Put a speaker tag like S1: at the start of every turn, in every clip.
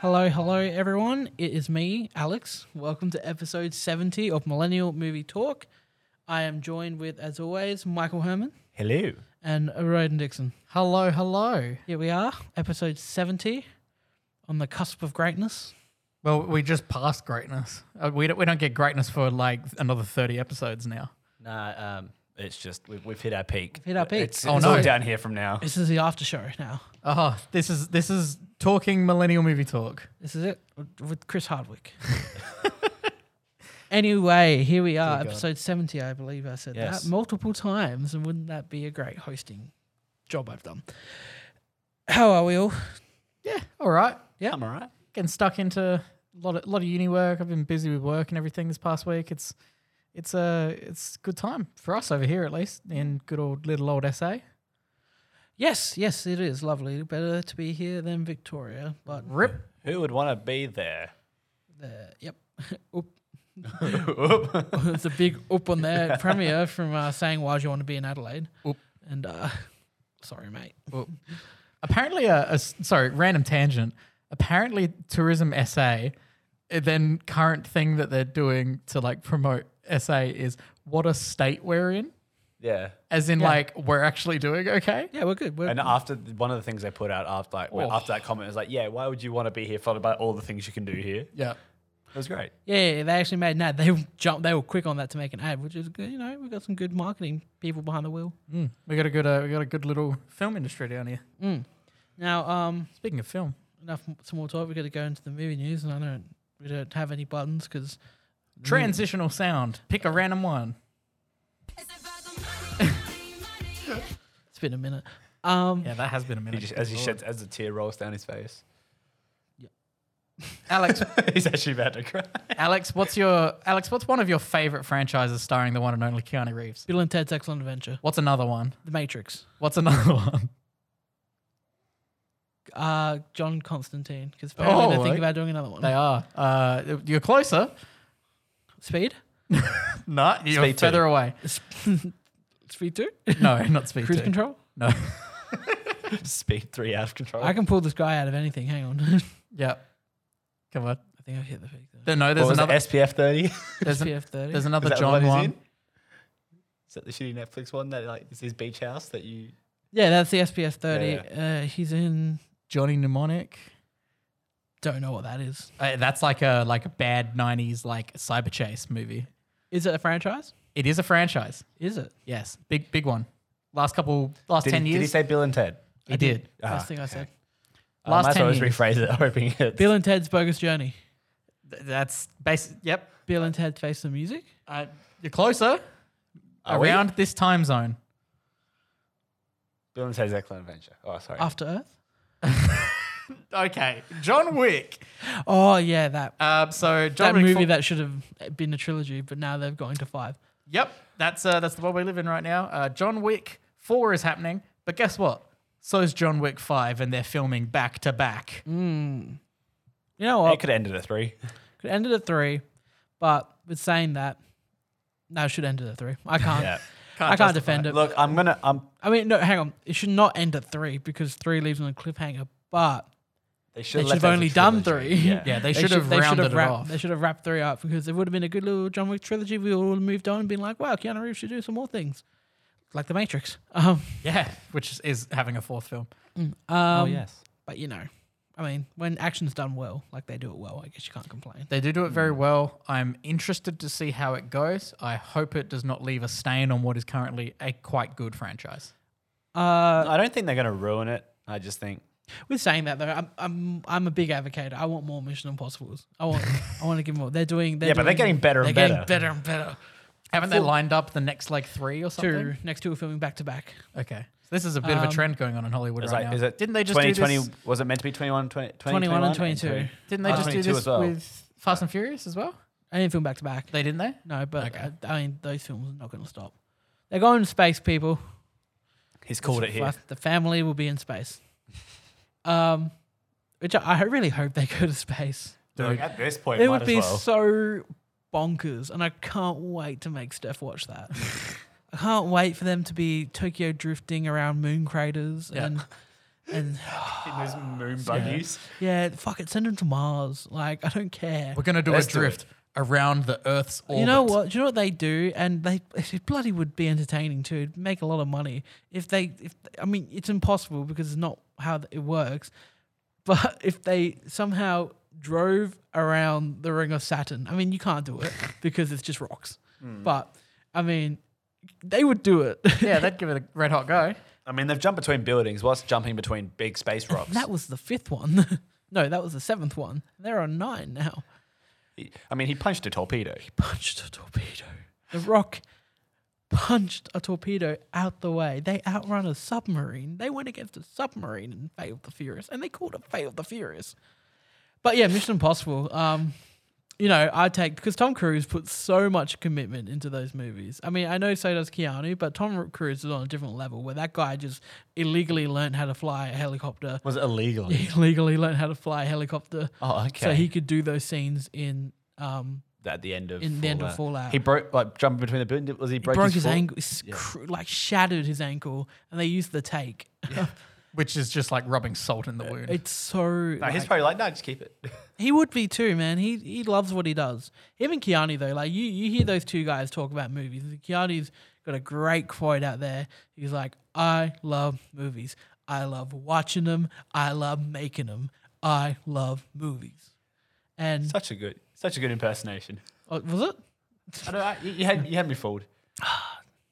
S1: Hello, hello, everyone. It is me, Alex. Welcome to episode 70 of Millennial Movie Talk. I am joined with, as always, Michael Herman
S2: Hello.
S1: and Roden Dixon.
S3: Hello, hello.
S1: Here we are, episode 70, on the cusp of greatness.
S3: Well, we just passed greatness. Uh, we don't, we don't get greatness for like another thirty episodes now.
S2: Nah, um, it's just we've, we've hit our peak.
S1: hit our peak.
S2: It's,
S1: Oh,
S2: it's
S3: no.
S2: all down here from now.
S1: This is the after show now.
S3: Oh, this is this is talking millennial movie talk.
S1: This is it with Chris Hardwick. anyway, here we are,
S3: Dear God.
S1: episode 70, I believe I said
S2: Yes.
S1: that multiple times. And wouldn't that be a great hosting job I've done? How are we all?
S3: Yeah, all right.
S1: Yeah.
S2: I'm all right.
S3: Getting stuck into a lot of lot of uni work. I've been busy with work and everything this past week. It's it's a it's good time for us over here at least in good old little old SA.
S1: Yes, yes, it is lovely. Better to be here than Victoria, but
S3: Rip.
S2: Who would want to be there?
S1: uh, yep, oop. There's a big oop on there. Premier from uh, saying why do you want to be in Adelaide?
S3: Oop.
S1: And uh, sorry, mate.
S3: Apparently, a, a s- sorry, random tangent. Apparently, Tourism SA, uh, then current thing that they're doing to like promote SA is what a state we're in,
S2: Yeah.
S3: as in
S1: Yeah.
S3: like we're actually doing okay.
S1: Yeah, we're good. We're,
S2: And uh, after one of the things they put out after like
S3: Oh.
S2: after that comment is like, yeah, why would you want to be here? Followed by all the things you can do here.
S3: Yeah,
S2: It was great.
S1: yeah, yeah, they actually made an ad. They jumped. They were quick on that to make an ad, which is good. You know, we got some good marketing people behind the wheel.
S3: we got a good uh, we got a good little film industry down here.
S1: Now, um,
S3: Speaking of film,
S1: enough m- some more talk. We got to go into the movie news, and I don't. We don't have any buttons because
S3: Mm. transitional sound. Pick a random one.
S1: it's been a minute. Um,
S3: Yeah, that has been a
S2: He
S3: minute.
S2: just, as he sheds, as the tear rolls down his face,
S3: Alex,
S2: he's actually about to cry.
S3: Alex, what's your Alex? What's one of your favorite franchises starring the one and only Keanu Reeves?
S1: Bill and Ted's Excellent Adventure,
S3: What's another one?
S1: The Matrix.
S3: What's another one?
S1: uh, John Constantine because apparently
S3: Oh,
S1: they're thinking
S3: right.
S1: about doing another one.
S3: They are. Uh, you're closer.
S1: Speed,
S3: No, you're
S2: Speed two.
S3: further away.
S1: Speed Two,
S3: No, not speed
S1: Cruise
S3: two.
S1: Control.
S3: No.
S2: Speed three out of
S3: Oh.
S2: control.
S1: I can pull this guy out of anything. Hang on, I
S3: yeah. Come on.
S1: think I hit the fake.
S3: There- No,
S2: What
S3: there's
S2: was
S3: another.
S2: another SPF thirty.
S3: There's, an-
S1: PF Thirty.
S3: there's another
S2: Is that the
S3: John
S2: one
S3: one.
S2: he's in? Is that the shitty Netflix one that like is his beach house that you?
S1: Yeah, that's the SPF Thirty.
S2: Yeah,
S1: Uh, he's in.
S3: Johnny Mnemonic.
S1: Don't know what that is.
S3: Uh, that's like a like a bad '90s like cyber chase movie.
S1: Is it a franchise?
S3: It is a franchise.
S1: Is it?
S3: Yes, big big one. Last couple, last
S2: Did
S3: ten
S2: he, Did he
S3: years.
S2: say Bill and Ted?
S3: he, did.
S2: Ah,
S1: Last thing I said.
S2: I Uh, might
S3: Last
S2: as well
S3: 10
S2: just rephrase
S3: years.
S2: it, hoping it.
S1: Bill and Ted's Bogus Journey.
S3: Th- That's basic. Yep.
S1: Bill and Ted Face the Music.
S3: Uh, you're closer.
S2: Are we?
S3: around this time zone.
S2: Bill and Ted's Excellent Adventure. Oh, sorry.
S1: After Earth.
S3: Okay, John Wick.
S1: Oh yeah, that
S3: Uh, so John
S1: that
S3: Wick
S1: movie
S3: fo-
S1: that should have been a trilogy, but now they've gone to five.
S3: Yep, that's uh, that's the world we live in right now. Uh, John Wick Four is happening, but guess what? So is John Wick Five, and they're filming back to back.
S1: Mm. You know
S2: it
S1: what?
S2: could have ended at three.
S1: Could end it at three, but with saying that, no, it should end it at three. I can't.
S2: Yeah.
S1: I
S3: justify
S1: can't defend it.
S2: Look, I'm gonna. Um,
S1: I mean, no, hang on. It should not end at three because three leaves on a cliffhanger. But
S2: they
S1: they
S2: should
S1: should have only done three.
S2: Yeah.
S3: Yeah, they, should have
S1: they should
S3: rounded
S1: have
S3: it
S1: wrapped,
S3: off.
S1: They should have wrapped three up because it would have been a good little John Wick trilogy. We all would have moved on and been like, wow, Keanu Reeves should do some more things, like The Matrix. Um,
S3: Yeah, which is, is having a fourth film.
S2: Oh
S1: um,
S2: yes.
S1: But you know, I mean, when action's done well, like they do it well, I guess you can't complain.
S3: They do do it very well. I'm interested to see how it goes. I hope it does not leave a stain on what is currently a quite good franchise.
S1: Uh,
S2: I don't think they're gonna ruin it. I just think
S1: With saying that though, I'm I'm I'm a big advocate. I want more Mission Impossible's. I want I want to give more. They're doing. They're
S2: Yeah, but they're
S1: doing-
S2: getting better and
S1: they're
S2: better.
S1: Getting better and better.
S3: Haven't they lined up the next like three or something?
S1: Two next two are filming back to back.
S3: Okay, so this is a bit of
S1: Um,
S3: a trend going on in Hollywood
S2: it's
S3: right
S2: like,
S3: now.
S2: is it?
S3: Didn't they just do
S2: 2020?
S3: this?
S2: Was it meant to be 21, 20,
S1: 21 and
S2: 22?
S1: 22.
S3: Didn't they
S2: Oh,
S3: just do
S2: 22
S3: this
S2: as well.
S3: with Fast and Furious as well?
S1: I didn't film back to back.
S3: They didn't they?
S1: No, but
S3: Okay.
S1: I, I mean those films are not going to stop. They're going to space, people.
S2: He's called it here.
S1: Plus, The family will be in space. Um, which I, I really hope they go to space.
S2: Like, at this point,
S1: It
S2: might
S1: would
S2: as
S1: be
S2: well.
S1: so bonkers, and I can't wait to make Steph watch that. I can't wait for them to be Tokyo drifting around moon craters
S3: Yeah.
S1: and And
S2: In those moon buggies.
S1: yeah, fuck it, send them to Mars. Like I don't care.
S3: We're gonna do
S2: Let's
S3: a
S2: do it.
S3: drift around the Earth's orbit.
S1: You know what? Do you know what they do? And they it bloody would be entertaining too. It'd make a lot of money if they. If I mean, it's impossible because it's not how it works. But if they somehow drove around the ring of Saturn, I mean, you can't do it because it's just rocks. But I mean, they would do it.
S3: Yeah, that'd give it a red hot go.
S2: I mean, they've jumped between buildings. What's jumping between big space rocks?
S1: that was the fifth one. no, that was the seventh one. There are nine now.
S2: He- I mean, he punched a torpedo.
S1: punched a torpedo. The Rock punched a torpedo out the way. They outrun a submarine. They went against a submarine and failed the Furious, and they called it failed the Furious. But yeah, Mission Impossible. Um, you know, I take because Tom Cruise puts so much commitment into those movies. I mean, I know so does Keanu, but Tom Cruise is on a different level where that guy just illegally learned how to fly a helicopter.
S2: Was it illegal?
S1: Illegally learned how to fly a helicopter,
S2: Oh, okay.
S1: so he could do those scenes in um,
S2: at the end of
S1: in the end of Fallout.
S2: he broke like jumping between the buildings. Was he broke,
S1: broke his
S2: foot?
S1: ankle, s- cr- like shattered his ankle, and they used the take.
S3: Which is just like rubbing salt in the wound.
S1: It's so.
S2: No, he's
S1: like-
S2: probably like, no, just keep it.
S1: he would be too, man. He he loves what he does. Him and Keanu though, like you you hear those two guys talk about movies. Keanu's got a great quote out there. He's like, I love movies. I love watching them. I love making them. I love movies. And
S2: such a good, such a good impersonation.
S1: oh, was it?
S2: I don't know, you, you had you had me fooled.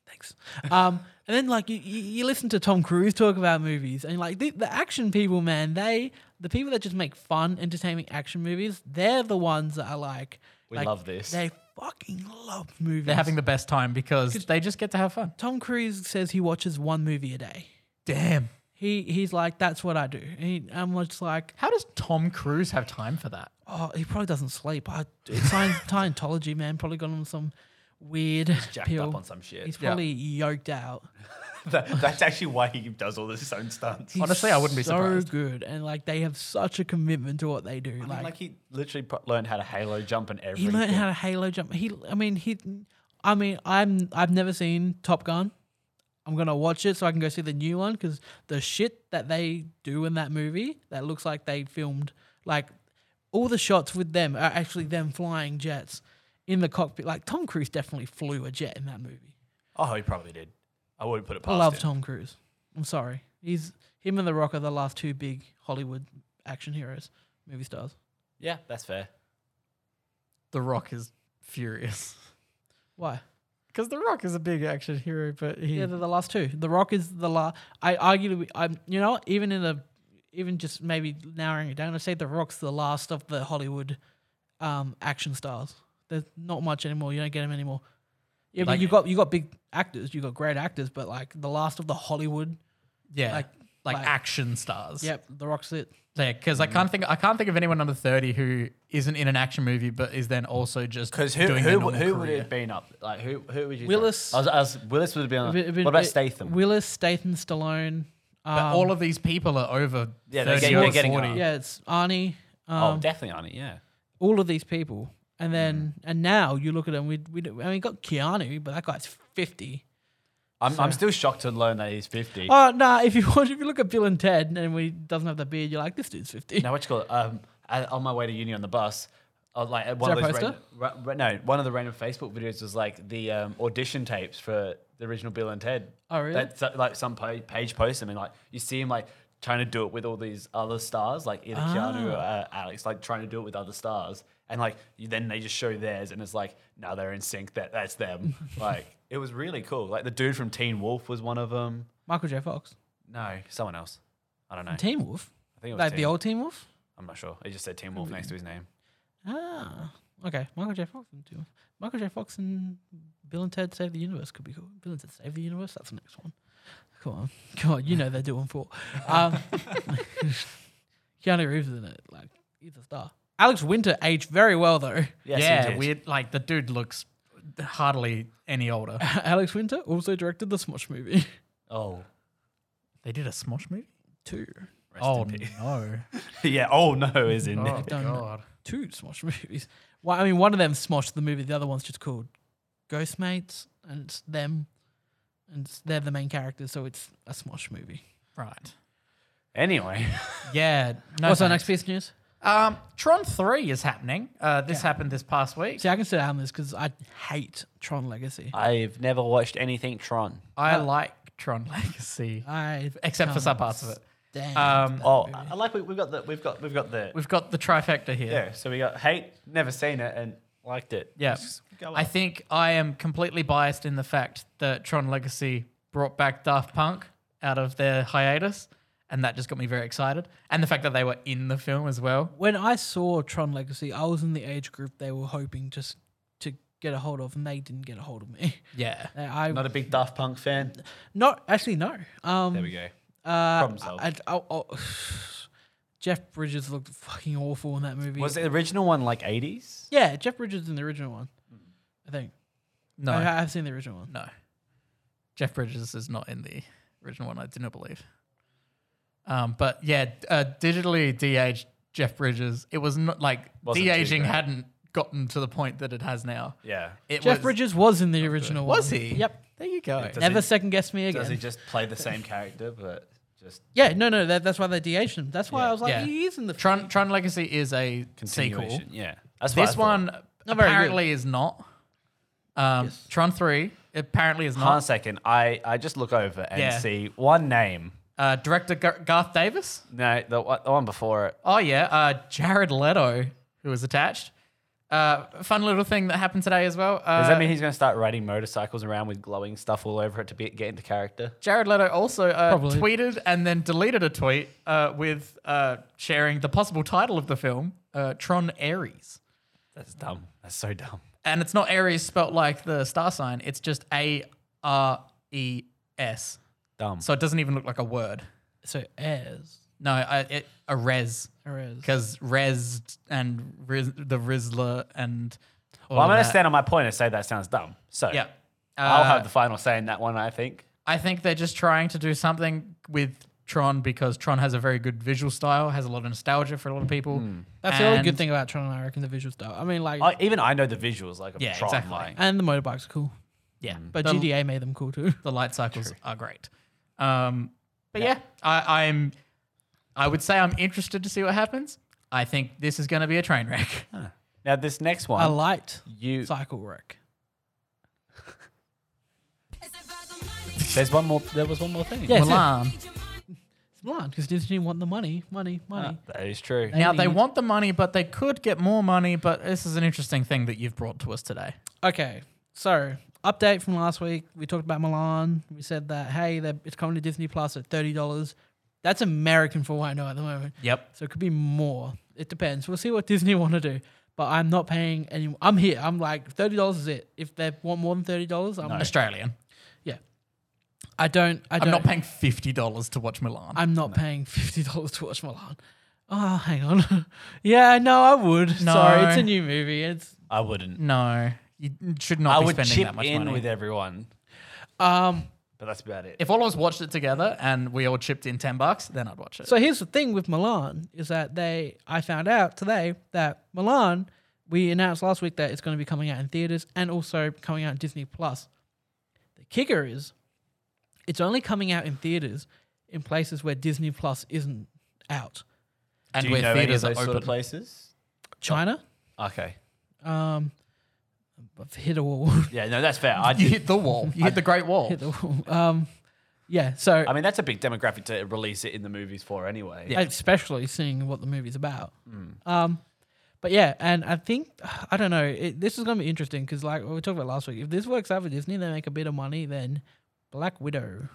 S1: Thanks. Um, and then like you, you, you listen to Tom Cruise talk about movies, and like the, the action people, man, they the people that just make fun, entertaining action movies, they're the ones that are like,
S2: We
S1: like,
S2: love this.
S1: They fucking love movies.
S3: They're having the best time because they just get to have fun.
S1: Tom Cruise says he watches one movie a day.
S3: Damn.
S1: He he's like, that's what I do. And he, I'm just like,
S3: How does Tom Cruise have time for that?
S1: oh, he probably doesn't sleep. I, it's Scien- Scientology, man. Probably got on some weird
S2: Jacked
S1: pill.
S2: up on some shit.
S1: He's probably yoked out.
S2: That- that's actually why he does all this own stunts.
S1: He's
S3: Honestly, I wouldn't be
S1: so
S3: surprised.
S1: good, and like they have such a commitment to what they do.
S2: I mean,
S1: like,
S2: like he literally pro- learned how to halo jump and
S1: he
S2: everything.
S1: learned how to halo jump. He, I mean, he, I mean, I'm I've never seen Top Gun. I'm gonna watch it so I can go see the new one because the shit that they do in that movie that looks like they filmed like all the shots with them are actually them flying jets in the cockpit. Like Tom Cruise definitely flew a jet in that movie.
S2: oh, he probably did. I wouldn't put it
S1: I
S2: past
S1: love
S2: him.
S1: Tom Cruise. I'm sorry, he's him and The Rock are the last two big Hollywood action heroes, movie stars.
S2: Yeah, that's fair.
S3: The Rock is furious.
S1: Why?
S3: Because The Rock is a big action hero, but he.
S1: Yeah, they're the last two. The Rock is the last. I arguably, I'm. You know, what? even in a, even just maybe narrowing it down, I say The Rock's the last of the Hollywood, um, action stars. There's not much anymore. You don't get them anymore. Yeah, but
S3: Like-
S1: you got you got big actors. You got great actors, but like the last of the Hollywood.
S3: yeah. Like,
S1: like- like-
S3: action stars.
S1: Yep, The Rock's it.
S3: Because I can't think I can't think of anyone under thirty who isn't in an action movie but is then also just
S2: Because who
S3: doing
S2: who, who,
S3: their normal
S2: would it
S3: career.
S2: have been up? Like who who would you?
S1: Willis.
S2: I was, I was, Willis would have been. On,
S1: Bit- bit-
S2: what about
S1: bit-
S2: Statham?
S1: Willis, Statham, Stallone. Um,
S3: But all of these people are over
S2: Yeah, they're
S3: thirty
S2: getting-
S3: or
S2: they're getting
S3: forty.
S2: up.
S1: yeah, it's Arnie. Um,
S2: oh, definitely on it. Yeah.
S1: all of these people, and then and now you look at them. We we I mean, we got Keanu, but that guy's fifty.
S2: I'm, I'm still shocked to learn that he's 50.
S1: Oh no! if you watch, if you look at Bill and Ted, and he doesn't have the beard, you're like, this dude's fifty.
S2: Now, what you call it? Um, I, on my way to uni on the bus, I was like, at one
S1: Is
S2: of
S1: there a
S2: those random, ra- ra- no, one of the random Facebook videos was like the um, audition tapes for the original Bill and Ted.
S1: Oh, really?
S2: That's uh, like some pa- page posts them, and like you see him like trying to do it with all these other stars, like either Keanu
S1: Ah.
S2: or uh, Alex, like trying to do it with other stars, and like you, then they just show theirs, and it's like now they're in sync. That that's them. like it was really cool. Like the dude from Teen Wolf was one of them.
S1: Michael J. Fox,
S2: No, someone else. I don't know.
S1: Team Wolf,
S2: I think it was
S1: like the
S2: Teen-
S1: old Team Wolf.
S2: I'm not sure. It just said Team Wolf next to his name.
S1: Ah, okay. Michael J. Fox and Team Wolf. Michael J. Fox and Bill and Ted Save the Universe could be cool. Bill and Ted Save the Universe. That's the next one. Come on, come on. You know they're doing four. Um, Keanu Reeves is in it. Like he's a star. Alex Winter aged very well though.
S2: Yes, he
S3: yeah,
S2: did.
S3: weird. Like the dude looks hardly any older.
S1: Alex Winter also directed the Smosh movie.
S2: Oh,
S3: They did a Smosh movie.
S1: Two,
S2: rest
S3: Oh
S2: in peace.
S3: no!
S2: yeah. Oh no, is in
S3: Oh
S2: it?
S3: god!
S1: two Smosh movies. Well, I mean, one of them Smosh the movie. The other one's just called Ghost Mates, and it's them, and it's, they're the main characters. So it's a Smosh movie.
S3: Right.
S2: Anyway,
S3: Yeah. No
S1: What's our
S3: thanks.
S1: next piece of news?
S3: Um, Tron 3 is happening. Uh, this happened this past week.
S1: See, I can sit down this because I hate Tron Legacy.
S2: I've never watched anything Tron.
S3: I like Tron Legacy,
S1: I
S3: except for some parts of it.
S1: Damn.
S3: Um,
S2: Oh, I like we, we've got the we've got we've got the
S3: We've got the trifecta here.
S2: yeah. So we got hate, never seen it, and liked it.
S3: Yeah.
S2: Just go
S3: I
S2: on.
S3: think I am completely biased in the fact that Tron Legacy brought back Daft Punk out of their hiatus, and that just got me very excited. And the fact that they were in the film as well.
S1: when I saw Tron Legacy, I was in the age group they were hoping just to get a hold of, and they didn't get a hold of me.
S3: Yeah.
S1: Uh, I
S2: not
S1: not,
S2: a big Daft Punk fan.
S1: actually no. Um,
S2: There we go.
S1: Uh,
S2: Problem solved.
S1: I- I- oh, oh, Jeff Bridges looked fucking awful in that movie.
S2: Was the original one like eighties?
S1: Yeah, Jeff Bridges in the original one. I think.
S3: No.
S1: I, I've seen the original one.
S3: No. Jeff Bridges is not in the original one, I do not believe. Um, but yeah, uh, digitally de-aged Jeff Bridges. It was not like
S2: Wasn't too
S3: de-aging
S2: bad.
S3: hadn't gotten to the point that it has now.
S2: Yeah.
S3: It
S1: Jeff
S3: was,
S1: Bridges was in the original one.
S3: Was he?
S1: Yep.
S3: There you go.
S2: Does
S1: Never
S2: he-
S1: second guess me
S2: Does
S1: again.
S2: he just play the same character, but just
S1: yeah, no, no, that, that's why they de-aged him. That's why I was like,
S3: Yeah.
S1: he is in the
S3: Tron, Tron Legacy is a sequel.
S2: continuation? Yeah. That's what I
S3: This
S2: thought.
S3: one
S1: Not very good.
S3: apparently is not. Um, Tron 3 apparently is
S2: Hold on a
S3: not.
S2: second. I, I just look over and
S3: Yeah.
S2: see one name.
S3: Uh, director Gar- Garth Davis?
S2: No, the, one- the one before it.
S3: Oh yeah, uh, Jared Leto, who was attached. Uh, fun little thing that happened today as well. Uh,
S2: Does that mean he's going to start riding motorcycles around with glowing stuff all over it to be, get into character?
S3: Jared Leto also uh,
S1: Probably.
S3: tweeted and then deleted a tweet uh, with uh, sharing the possible title of the film, uh, Tron Ares.
S2: That's dumb. That's so dumb.
S3: And it's not Aries spelt like the star sign; it's just A R E S.
S2: Dumb.
S3: So it doesn't even look like a word.
S1: so as
S3: No, I, it, a res
S1: Perez.
S3: because res and ris- the Rizzler and. all
S2: well, I'm
S3: of
S2: going to
S3: that.
S2: stand on my point and say that sounds dumb. So
S3: Yeah.
S2: I'll
S3: Uh,
S2: have the final say in that one, I think.
S3: I think they're just trying to do something with Tron because Tron has a very good visual style, has a lot of nostalgia for a lot of people.
S2: Hmm.
S1: That's the only good
S3: And-
S1: thing about Tron, I reckon, the visual style. I mean, like,
S2: I, even I know the visuals like of
S3: Yeah,
S2: Tron.
S3: exactly.
S2: Like,
S1: and the motorbikes are cool,
S3: Yeah,
S2: Hmm.
S1: but
S3: the,
S1: GDA made them cool too.
S3: the light cycles are great. Um, but yeah, I, I'm. I would say I'm interested to see what happens. I think this is going to be a train wreck.
S2: now, this next one,
S1: A light
S2: you
S1: cycle wreck.
S2: there's one more. There was one more thing.
S1: Yeah,
S3: Milan.
S1: It's Milan because Disney want the money, money, money.
S2: that is true.
S1: They
S3: Now they
S1: need-
S3: want the money, but they could get more money. But this is an interesting thing that you've brought to us today.
S1: Okay, so update from last week. We talked about Milan. We said that hey, they're- it's coming to Disney Plus at thirty dollars. That's American for what I know at the moment.
S3: Yep.
S1: So it could be more. It depends. We'll see what Disney want to do. But I'm not paying any. I'm here. I'm like thirty dollars is it. If they want more than thirty dollars, I'm like,
S3: Australian.
S1: yeah. I don't. I
S3: I'm
S1: don't.
S3: not paying fifty dollars to watch Milan.
S1: I'm not paying fifty dollars to watch Milan. Oh, hang on. yeah, no, I would.
S3: No.
S1: Sorry, it's a new movie. It's
S2: I wouldn't.
S3: no, you should not
S2: I
S3: be
S2: would
S3: spending
S2: chip
S3: that much
S2: in
S3: money.
S2: with everyone,
S1: um.
S2: but that's about it.
S3: If all of us watched it together and we all chipped in ten bucks, then I'd watch it.
S1: So here's the thing with Milan is that they I found out today that Milan we announced last week that it's going to be coming out in theaters and also coming out in Disney Plus. The kicker is it's only coming out in theaters in places where Disney Plus isn't out.
S3: and
S2: Do you
S3: where
S2: know any of
S3: theaters are
S2: those sort
S3: open.
S2: of places?
S1: China,
S2: Okay.
S1: um, I've hit a wall.
S2: Yeah, no, that's fair. I
S3: you
S2: did.
S3: hit the wall. You hit the Great Wall.
S1: hit the wall. Um, yeah, so
S2: I mean, that's a big demographic to release it in the movies for anyway.
S1: especially seeing what the movie's about. Um, but yeah, and I think I don't know. It, this is gonna be interesting because, like we talked about last week, if this works out for Disney, they make a bit of money. Then Black Widow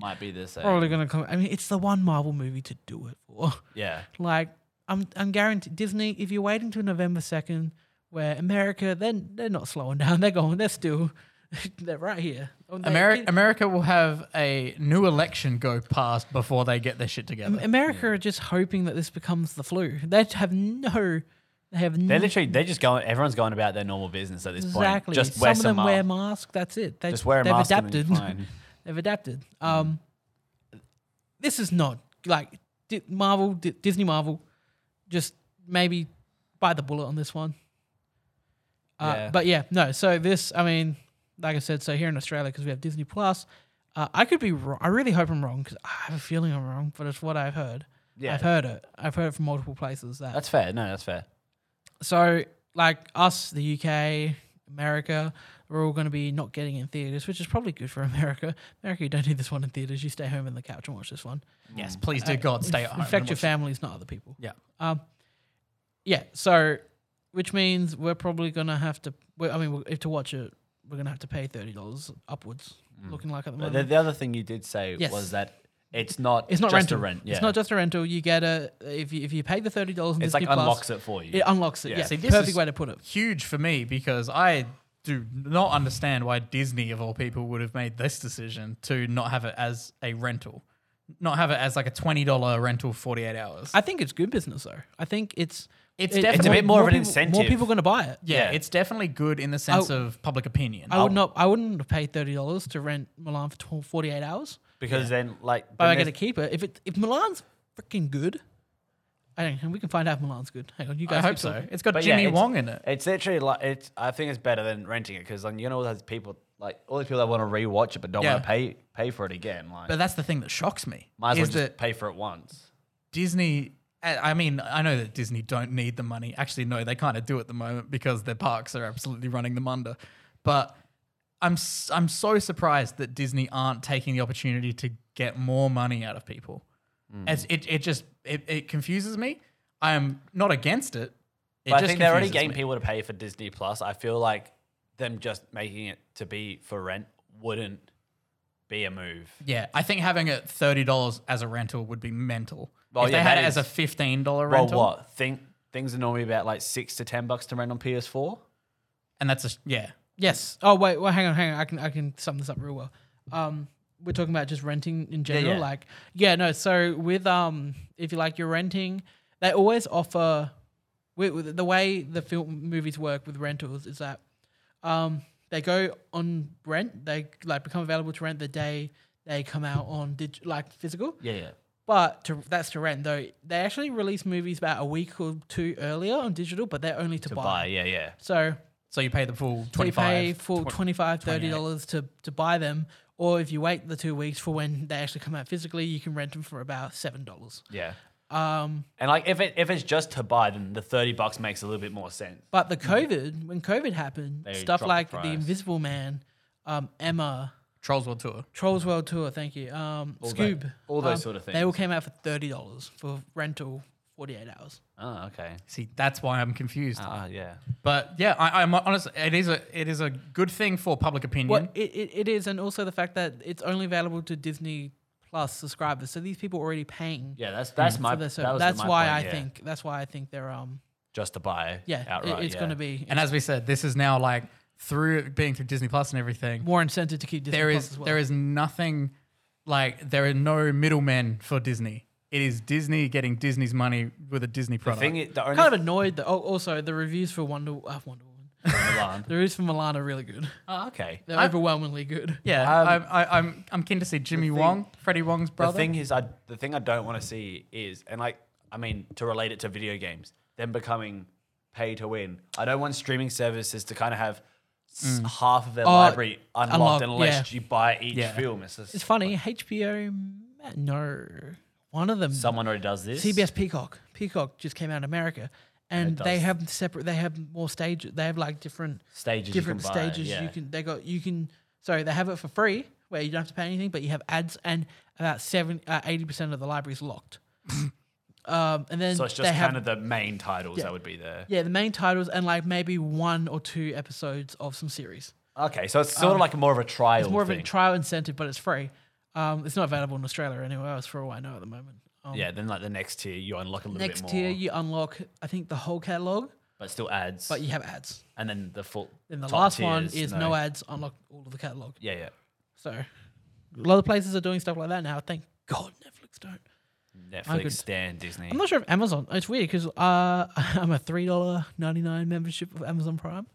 S2: Might be the same.
S1: probably gonna come. I mean, it's the one Marvel movie to do it for.
S2: Yeah.
S1: Like, I'm I'm guaranteed Disney. If you're waiting till November second, where America, then they're not slowing down. They're going. They're still. they're right here. Oh, they-
S3: America, America will have a new election go past before they get their shit together.
S1: America are just hoping that this becomes the flu. They have no. They have no
S2: They're literally, they're just going, everyone's going about their normal business at this
S1: Exactly.
S2: point. Just
S1: some
S2: wear
S1: of
S2: some
S1: them
S2: ma-
S1: wear masks. That's it. They,
S2: Just wear a
S1: they've
S2: mask and
S1: Adapted.
S2: you're fine.
S1: they've adapted. Um, this is not like Di- Marvel, Di- Disney Marvel. Just maybe bite the bullet on this one. Uh,
S2: Yeah.
S1: But yeah, no. So this, I mean, like I said, so here in Australia because we have Disney Plus, Uh, I could be wrong. I really hope I'm wrong because I have a feeling I'm wrong, but it's what I've heard.
S2: Yeah.
S1: I've heard it. I've heard it from multiple places. That
S2: That's fair. No, that's fair.
S1: so like us, the UK, America, we're all going to be not getting in theaters, which is probably good for America. America, you don't need this one in theaters. You stay home on the couch and watch this one.
S3: Yes, please do. God, stay at home.
S1: Infect your families, not other people.
S3: Yeah.
S1: Um, yeah. So, which means we're probably gonna have to. we- I mean, we- if to watch it, we're gonna have to pay thirty dollars upwards. Looking like at the
S2: Mm. But
S1: moment,
S2: The, the other thing you did say
S1: Yes.
S2: was that it's not
S1: it's not
S2: just
S1: rental.
S2: a rent. Yeah.
S1: It's not just a rental. You get a if you, if you pay the thirty dollars.
S2: It's like unlocks it for you.
S1: It unlocks it. Yeah.
S2: Yeah.
S3: See, this
S1: Perfect
S3: is-
S1: way to put it.
S3: Huge for me because I do not understand why Disney of all people would have made this decision to not have it as a rental, not have it as like a twenty dollar rental forty eight hours.
S1: I think it's good business though. I think it's
S3: It's
S1: it-
S3: definitely- It's a bit
S2: more of an
S1: people- More
S2: incentive.
S1: people going to buy it.
S2: yeah.
S3: yeah, it's definitely good in the sense of public opinion.
S1: I would not. I wouldn't have paid thirty dollars to rent Milan for 12, 48 hours.
S2: because then, like,
S1: But I get
S2: then
S1: to
S2: there's-
S1: keep it. If it if Milan's freaking good, I don't. know, We can find out if Milan's good. Hang on, you
S3: I
S1: guys.
S3: hope
S1: keep
S3: so.
S1: talking.
S3: It's got
S2: but yeah,
S3: Jimmy
S2: it's-
S3: Wong in it.
S2: It's literally like it's. I think it's better than renting it because then you know all those people, like all these people that want to rewatch it but don't want
S3: Yeah.
S2: to pay pay for it again. Like,
S3: But that's the thing that shocks me.
S2: might as well
S3: is
S2: just
S3: that
S2: pay for it once.
S3: Disney. I I mean, I know that Disney don't need the money. Actually, no, they kind of do at the moment because their parks are absolutely running them under. But I'm s- I'm so surprised that Disney aren't taking the opportunity to get more money out of people.
S2: Hmm.
S3: As it it just it, it confuses me. I am not against it. It
S2: But I
S3: just
S2: think they're already
S3: confuses
S2: getting
S3: me.
S2: people to pay for Disney Plus. I feel like them just making it to be for rent wouldn't be a move.
S3: Yeah, I think having it thirty dollars as a rental would be mental.
S2: Well,
S3: if
S2: yeah,
S3: they had
S2: that
S3: it as
S2: is-
S3: a fifteen dollar
S2: Well,
S3: rental,
S2: what think things are normally about like six to ten bucks to rent on PS4.
S3: and that's a sh- yeah.
S1: Yes. Oh wait. Well, hang on. Hang on. I can I can sum this up real well. Um, we're talking about just renting in general.
S2: yeah.
S1: Like, yeah, no. So with um, if you like, you're renting. They always offer. With, with the way the film movies work with rentals is that, um, they go on rent. They like become available to rent the day they come out on dig- like physical.
S2: Yeah, yeah.
S1: But to, that's to rent though. They actually release movies about a week or two earlier on digital, but they're only to,
S2: To
S1: buy.
S2: buy, yeah, yeah.
S1: So
S3: So you pay the full
S1: so
S3: twenty
S1: you pay
S3: five.
S1: for 25 30 dollars to to buy them or if you wait the two weeks for when they actually come out physically you can rent them for about seven dollars
S2: Yeah.
S1: um
S2: And like if it if it's just to buy, then the thirty bucks makes a little bit more sense.
S1: but the covid when covid happened
S2: Hmm. They
S1: stuff
S2: dropped the
S1: like the,
S2: price.
S1: invisible man um emma
S3: Trolls World Tour.
S1: trolls world tour thank you um
S2: All
S1: scoob
S2: that- all
S1: um,
S2: those sort of
S1: they all
S2: things.
S1: came out for 30 dollars for rental 48 hours
S2: Oh, okay.
S3: See, that's why I'm confused.
S2: Ah, yeah.
S3: But yeah, I, I'm honest. It is a it is a good thing for public opinion.
S2: Hmm?
S1: Well, it, it, it is, and also the fact that it's only available to Disney Plus subscribers. So these people are already paying.
S2: Yeah, that's that's my.
S1: for their service.
S2: that was
S1: Mm. that's
S2: my
S1: why
S2: point,
S1: I
S2: yeah.
S1: think. That's why I think they're um.
S2: just to buy.
S1: Yeah, it-
S2: outright.
S1: it's
S2: yeah.
S1: going to be
S3: and as we said, this is now like through it being through Disney Plus and everything.
S1: more incentive to keep Disney
S3: There
S1: Plus
S3: is
S1: as well.
S3: there is nothing like there are no middlemen for Disney. It is Disney getting Disney's money with a Disney
S2: the
S3: product.
S2: thing. is- The only
S1: kind of annoyed that. Oh, also the reviews for Wonder uh, Wonder Woman.
S2: Milan.
S1: The reviews for Milan are really good.
S2: Oh, okay.
S1: They're
S3: I-
S1: overwhelmingly good.
S3: yeah,
S2: Um,
S3: I'm, I, I'm I'm keen to see Jimmy
S2: thing-
S3: Wong, Freddie Wong's brother.
S2: The thing is, I the thing I don't want to see is, and like, I mean, to relate it to video games, them becoming pay to win. I don't want streaming services to kind of have s half of their library
S1: Mm. Oh, unlocked,
S2: unlocked unless
S1: yeah.
S2: you buy each
S3: Yeah.
S2: film. It's, just,
S1: It's funny. HBO. Ma- No, one of them.
S2: Someone already does this.
S1: CBS Peacock. Peacock just came out in America, and
S2: It
S1: they
S2: does.
S1: have separate. They have more stages. They have like different
S2: stages.
S1: different
S2: you can buy,
S1: stages.
S2: yeah.
S1: You can they got you can. Sorry, they have it for free where you don't have to pay anything, but you have ads and about seven uh, eighty percent of the library's locked. um, and then
S2: So it's just
S1: they
S2: kind
S1: have
S2: of the main titles
S1: Yeah.
S2: that would be there.
S1: yeah the main titles and like maybe one or two episodes of some series.
S2: Okay, so it's sort of like more of a trial.
S1: Um, It's more of
S2: thing.
S1: a trial incentive, but it's free. Um, it's not available in Australia or anywhere else for all I know at the moment. Um,
S2: yeah, then like the next tier, you unlock a little
S1: next
S2: bit more,
S1: tier you unlock I think the whole catalog,
S2: but still ads.
S1: but you have ads.
S2: and then the full.
S1: Then the
S2: top
S1: last one is
S2: tiers,
S1: no. ads, unlock all of the catalog.
S2: Yeah, yeah.
S1: So a lot of places are doing stuff like that now. Thank God Netflix don't.
S2: Netflix,
S1: could-
S2: Stan, Disney.
S1: I'm not sure if Amazon. It's weird because uh, I'm a three dollar ninety nine membership of Amazon Prime.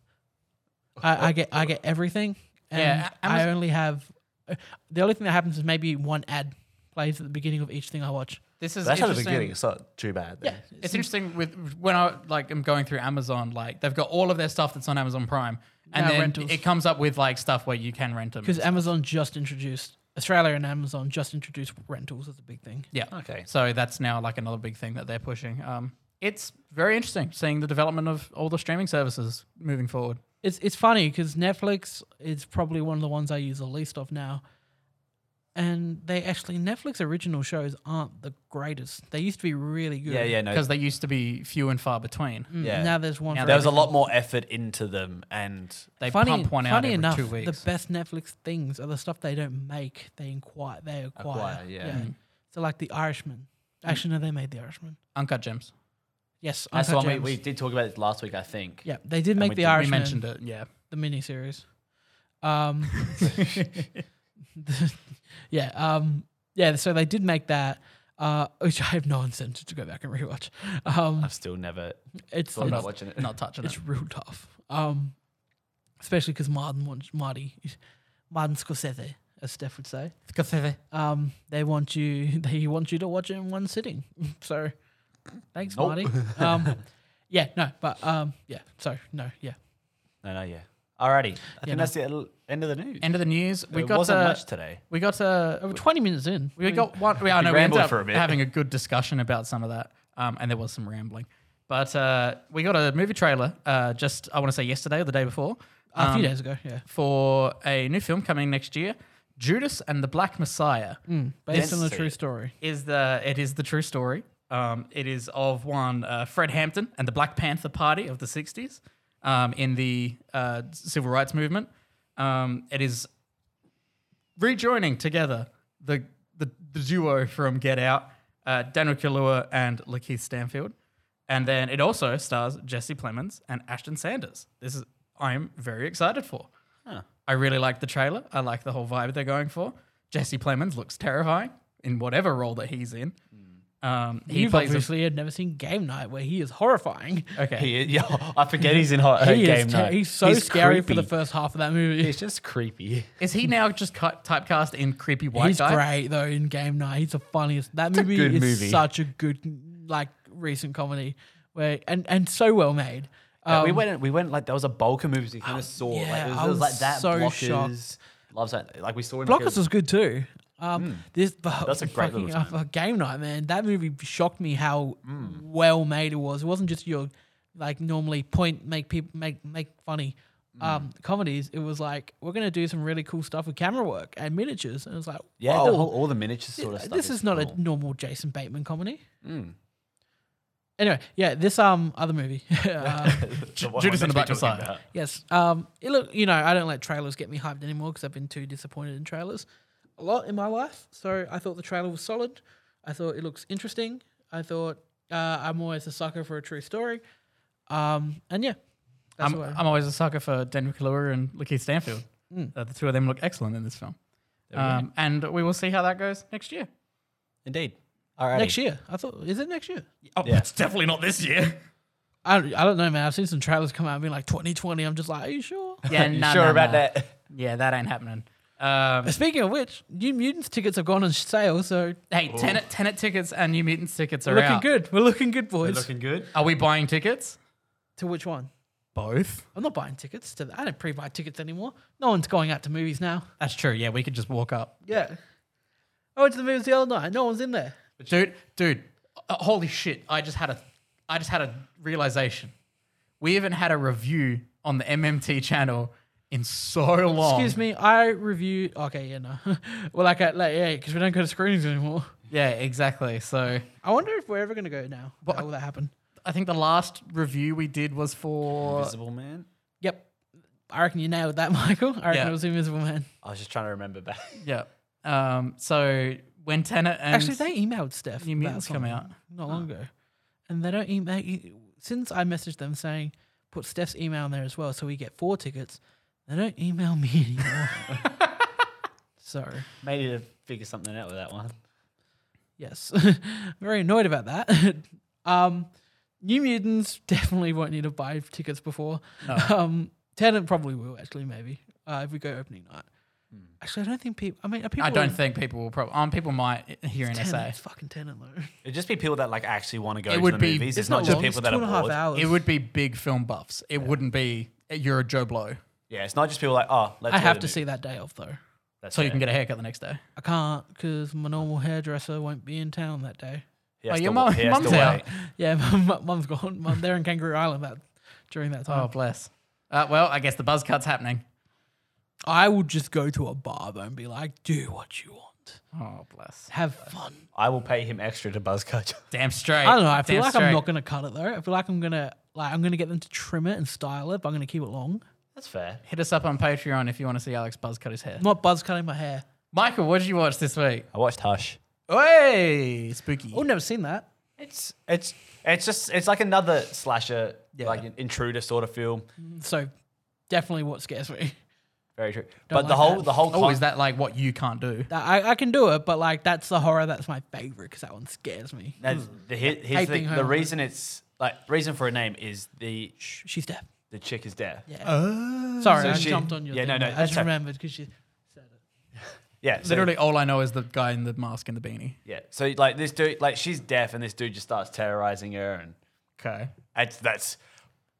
S1: I, I get I get everything, and
S3: Yeah, A-
S1: I
S3: Amazon-
S1: only have. uh, The only thing that happens is maybe one ad plays at the beginning of each thing I watch.
S3: this is
S2: That's at the
S3: interesting.
S2: beginning. It's not too bad.
S1: Yeah,
S3: It's interesting with when I like am going through Amazon, like they've got all of their stuff that's on Amazon Prime, and
S1: Now
S3: then
S1: rentals.
S3: it comes up with like stuff where you can rent them.
S1: because Amazon just introduced a Australia and Amazon just introduced rentals as a big thing.
S3: Yeah.
S2: Okay.
S3: So that's now like another big thing that they're pushing. Um, it's very interesting seeing the development of all the streaming services moving forward.
S1: It's it's funny because Netflix is probably one of the ones I use the least of now. And they actually Netflix original shows aren't the greatest. They used to be really good.
S2: Yeah, yeah, no.
S3: Because they used to be few and far between.
S1: Mm,
S2: Yeah.
S1: Now there's one.
S3: Now
S1: for
S2: There was a
S1: every-
S2: lot more e-, effort into them, and
S3: They
S1: funny,
S3: pump one out
S1: funny
S3: every
S1: enough,
S3: two weeks.
S1: The best Netflix things are the stuff they don't make. They inquire. They acquire.
S2: Acquire, yeah. Mm.
S1: So like the Irishman. Actually, no, they made the Irishman.
S3: Uncut Gems.
S1: Yes,
S2: that's the
S1: Uncut
S2: one we, we
S1: Gems.
S2: did talk about it last week, I think.
S1: Yeah, they did make
S2: we
S1: the
S2: did- we
S1: Irishman.
S3: We mentioned it. Yeah.
S1: the miniseries. Um, the- yeah, um, yeah. So they did make that, uh, which I have no incentive to go back and rewatch. Um,
S2: I've still never
S1: it's
S2: thought about
S1: it's,
S2: watching it.
S3: Not touching it.
S1: it's real tough, um, especially because Martin wants Marty, Martin Scorsese, as Steph would say. Um, they want you. They want you to watch it in one sitting. So, thanks,
S2: Nope.
S1: Marty. Um, yeah, no, but um, yeah. So no, yeah.
S2: No, no, yeah. Alrighty, I
S1: no.
S2: think that's the el- end of the news.
S3: End of the news. We
S2: There
S3: got
S2: wasn't
S3: to,
S2: much today.
S3: We got to.
S1: We're Twenty minutes in.
S3: We got one. We, I know we
S2: rambled
S3: ended up
S2: for a bit.
S3: having a good discussion about some of that, um, and there was some rambling. But uh, we got a movie trailer uh, just, I want to say yesterday or the day before,
S1: a
S3: um,
S1: few days ago. Yeah.
S3: for a new film coming next year Judas and the Black Messiah.
S1: Based on the
S2: Yes.
S1: true story.
S3: is the it is the true story. Um, it is of one uh, Fred Hampton and the Black Panther Party of the '60s um, in the uh, civil rights movement. Um, it is rejoining together the the, the duo from Get Out, uh, Daniel Kaluuya and Lakeith Stanfield, and then it also stars Jesse Plemons and Ashton Sanders. This is I am very excited for. I really like the trailer. I like the whole vibe they're going for. Jesse Plemons looks terrifying in whatever role that he's in. Um, he
S1: You've
S3: plays. a-
S1: obviously had never seen Game Night, where he is horrifying.
S3: okay.
S2: He, yeah, I forget he's in hot, uh,
S1: he
S2: game
S1: is. ter-
S2: night.
S1: He's so scary for the
S2: creepy.
S1: first half of that movie.
S2: He's just creepy.
S3: Is he now just cut, typecast in creepy white
S1: He's
S3: guy?
S1: great though in Game Night. He's the funniest. That
S2: a
S1: movie
S2: good
S1: is
S2: movie.
S1: such a good like recent comedy where and and so well made.
S2: Yeah, we
S1: Um, Oh,
S2: went. We went like there was a bulk of movies we kind of saw. like,
S1: yeah,
S2: it was,
S1: I
S2: it
S1: was
S2: was like that.
S1: so
S2: blockers. Love that. Like we saw in like,
S1: Blockers
S2: a-
S1: was good too. Um, this but
S2: Hmm. That's a great little
S1: fucking, uh, uh, game night, man. That movie shocked me how
S2: Hmm.
S1: well made it was. It wasn't just your like normally point make people make make funny
S2: Hmm.
S1: um, comedies. It was like we're gonna do some really cool stuff with camera work and miniatures, and it was like
S2: yeah,
S1: whoa,
S2: the whole, all the miniature sort of stuff.
S1: this is not
S2: cool.
S1: a normal Jason Bateman comedy. Anyway, yeah, this um other movie. um,
S2: The one
S3: Judas and the
S2: we're
S3: Black
S2: talking
S3: Messiah.
S2: about.
S1: Yes. Um. It look, you know, I don't let trailers get me hyped anymore because I've been too disappointed in trailers a lot in my life. So I thought the trailer was solid. I thought it looks interesting. I thought uh, I'm always a sucker for a true story. Um. And yeah, that's
S3: I'm,
S1: what I-
S3: I'm always a sucker for Daniel Kaluuya and Lakeith Stanfield. Uh, the two of them look excellent in this film. Um, and we will see how that goes next year.
S2: Indeed. All right.
S1: next year. I thought is it next year?
S3: Oh,
S2: Yeah.
S3: it's definitely not this year.
S1: I don't, I don't know, man. I've seen some trailers come out and be like 2020. I'm just like, are you sure?
S3: Yeah,
S2: You
S3: nah,
S2: sure
S3: nah,
S2: about
S3: nah.
S2: that?
S3: Yeah, that ain't happening. Um,
S1: Speaking of which, New Mutants tickets have gone on sale, so
S3: hey, tenant, tenant tickets and New Mutants tickets are
S1: we're looking
S3: out.
S1: good. We're looking good, boys.
S2: good.
S3: Are we buying tickets?
S1: to which one?
S3: Both.
S1: I'm not buying tickets. To I don't pre-buy tickets anymore. No one's going out to movies now.
S3: That's true. Yeah, we could just walk up.
S1: Yeah. I went to the movies the other night. No one's in there.
S3: dude, dude, uh, holy shit! I just had a, I just had a realization. We haven't had a review on the MMT channel in so long.
S1: Excuse me. I reviewed. Okay, yeah, no. well, like, I, like yeah, because we don't go to screenings anymore.
S3: Yeah, exactly. So
S1: I wonder if we're ever gonna go now.
S3: But-
S1: How will that happen?
S3: I think the last review we did was for
S2: Invisible Man.
S1: Yep. I reckon you nailed that, Michael. I reckon
S3: Yeah.
S1: it was Invisible Man.
S2: I was just trying to remember back.
S3: yeah. Um, so when Tenet and
S1: Actually, they emailed Steph.
S3: New
S1: about
S3: Mutants come
S1: something
S3: out.
S1: not long ago, and they don't email. Since I messaged them saying put Steph's email in there as well, so we get four tickets, they don't email me anymore. Sorry.
S2: Maybe to figure something out with that one.
S1: Yes, very annoyed about that. um, New Mutants definitely won't need to buy tickets before. Um, Tenant probably will actually, maybe uh, if we go opening night. Actually, I don't think people. I mean, are people.
S3: I don't think people will probably. Um, people might hear an
S1: Tenant,
S3: essay.
S1: it's fucking Tenant though.
S2: It'd just be people that like actually want to go
S3: It
S2: to
S3: would
S2: the
S3: be-
S1: It's
S2: movies. It's, not,
S1: not
S2: just
S1: long,
S2: people
S1: it's
S2: that
S1: two
S2: are
S1: and a half
S2: bored.
S1: hours.
S3: It would be big film buffs. It wouldn't be uh, you're a Joe Blow.
S2: Yeah, it's not just people like oh, let's
S1: I
S2: go
S1: have
S2: the
S1: to
S2: movie.
S1: see that day off though.
S2: That's
S3: so you
S2: it.
S3: can get a haircut the next day.
S1: I can't because my normal hairdresser won't be in town that day.
S2: He has
S3: oh,
S2: to
S3: your
S2: wa-
S3: mum-
S2: he has to
S3: mum's out.
S2: wait.
S1: Yeah, my mum's gone. Mum, they're in Kangaroo Island that during that
S3: Oh,
S1: time.
S3: bless. Uh, well, I guess the buzz cut's happening.
S1: Oh. I would just go to a bar though and be like, do what you want,
S3: Oh, bless.
S1: have fun.
S2: I will pay him extra to buzz cut.
S3: Damn straight.
S1: I don't know. I feel
S3: Damn
S1: like
S3: straight.
S1: I'm not gonna cut it though. I feel like I'm gonna like I'm gonna get them to trim it and style it, but I'm gonna keep it long.
S2: That's fair.
S3: Hit us up on Patreon if you want to see Alex buzz cut his hair.
S1: I'm not buzz cutting my hair.
S3: Michael, what did you watch this week?
S2: I watched Hush.
S3: Hey, spooky.
S1: I've never seen that.
S2: It's it's it's just it's like another slasher, like an intruder sort of film.
S1: So definitely what scares me.
S2: Very true. but the
S1: like
S2: whole
S1: that.
S2: the whole
S3: Oh,
S2: con-
S3: is that like what you can't do?
S1: That- I, I can do it, but like that's the horror that's my favorite because that one scares me.
S2: that's, the, here- here's the,
S1: Aping
S2: the
S1: Home.
S2: reason it's like reason for a name is the
S1: Shh, She's deaf.
S2: the chick is deaf.
S1: Yeah.
S3: Uh,
S1: Sorry,
S2: so
S1: I
S2: she-
S1: jumped on your.
S2: yeah,
S1: thing
S2: no, no,
S1: there. I
S2: that's
S1: just
S2: okay.
S1: remembered because she said it.
S2: Yeah, so-
S3: Literally, all I know is the guy in the mask and the beanie.
S2: Yeah. So like this dude, like she's deaf, and this dude just starts terrorizing her, and
S3: Okay.
S2: that's that's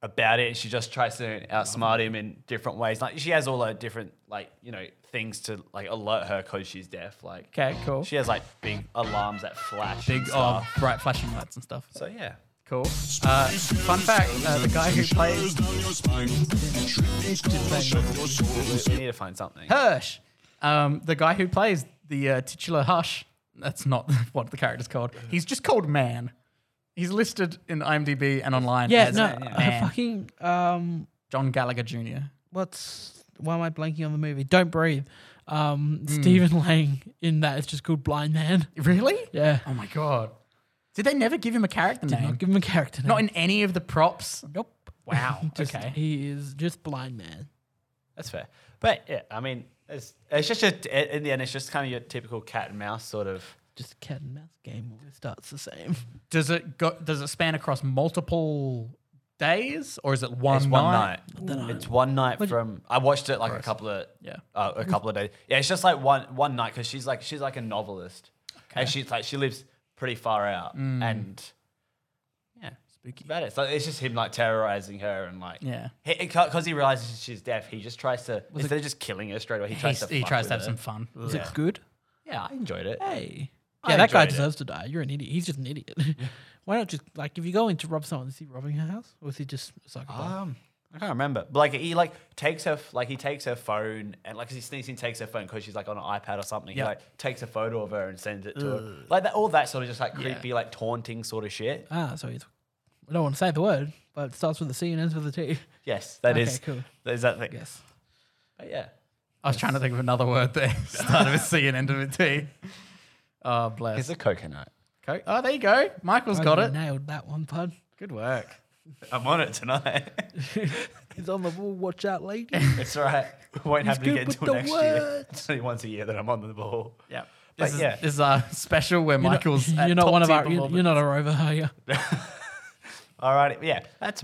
S2: about it. She just tries to outsmart him in different ways. Like she has all her different like you know things to like alert her because she's deaf. Like
S3: Okay, cool.
S2: she has like big alarms that flash. and
S3: Big, oh,
S2: stuff.
S3: bright flashing lights and stuff.
S2: So yeah.
S3: Cool. Uh, fun fact: uh, the guy who plays
S2: We we need to find something.
S3: Hirsch, um, the guy who plays the uh, titular Hush. That's not what the character's called. He's just called Man. He's listed in IMDb and online.
S1: Yeah,
S3: as
S1: no,
S3: Man.
S1: uh, fucking um,
S3: John Gallagher Jr.
S1: what's why am I blanking on the movie? Don't breathe. Um, Stephen Lang in that is just called Blind Man.
S3: Really?
S1: Yeah,
S3: Oh my god. Did they never give him a character name?
S1: I'll give him a character.
S3: Not
S1: name.
S3: in any of the props.
S1: nope.
S3: Wow.
S1: Just-
S3: okay.
S1: he is just Blind Man.
S2: That's fair. But yeah, I mean, it's it's just a, in the end, it's just kind of your typical cat and mouse sort of.
S1: Just a cat and mouse game always starts the same.
S3: Does it go, does it span across multiple days or is it one,
S2: It's
S3: night?
S2: one night. It's one night from. I watched it like a couple of
S3: Yeah.
S2: uh, a couple of days. Yeah, it's just like one one night because she's like she's like a novelist, and she's like she lives pretty far out,
S3: Mm.
S2: and yeah,
S3: Spooky.
S2: about it. It's, like, it's just him like terrorizing her and like
S3: Yeah.
S2: because he, realizes she's deaf, he just tries to instead of just killing her straight away, he tries
S3: He's-
S2: to
S3: he
S2: fuck
S3: tries
S2: with
S3: to have
S2: her.
S3: some fun.
S1: Is
S2: Yeah.
S1: it good?
S2: Yeah, I enjoyed it.
S1: Hey.
S2: I
S1: Yeah, that guy
S2: enjoyed it.
S1: deserves to die. You're an idiot. He's just an idiot. Why not just like if you go in to rob someone, is he robbing her house or is he just a psychopath?
S2: Um, I can't remember. But like he like takes her like he takes her phone and like 'cause he sneaks in takes her phone because she's like on an iPad or something.
S3: Yeah.
S2: He like takes a photo of her and sends it to her. Like that, all that sort of just like creepy, like taunting sort of shit.
S1: ah, so he's. I don't want to say the word, but it starts with a C and ends with a T.
S2: Yes, that
S1: Okay,
S2: is
S1: cool.
S2: That is that thing.
S1: Yes.
S2: But yeah,
S3: I was trying to think of another word there. Started with C and ended with T. Oh bless.
S2: it's a coconut.
S3: Okay. Oh, there you go. Michael's got
S1: You
S3: it.
S1: Nailed that one, bud.
S3: Good work.
S2: I'm on it tonight.
S1: He's on the wall. Watch out, lady.
S2: it's all right. We won't have to
S1: good
S2: get
S1: with
S2: until
S1: the
S2: next year.
S1: words.
S2: It's only once a year that I'm on the ball.
S3: Yeah.
S2: But
S3: This is,
S2: yeah.
S3: this is a special where
S1: You're not-
S3: Michael's.
S1: You're
S3: at
S1: not,
S3: top
S1: one of
S3: tier
S1: our. You're,
S3: performance.
S1: you're not a rover, are you?
S2: All right. Yeah, that's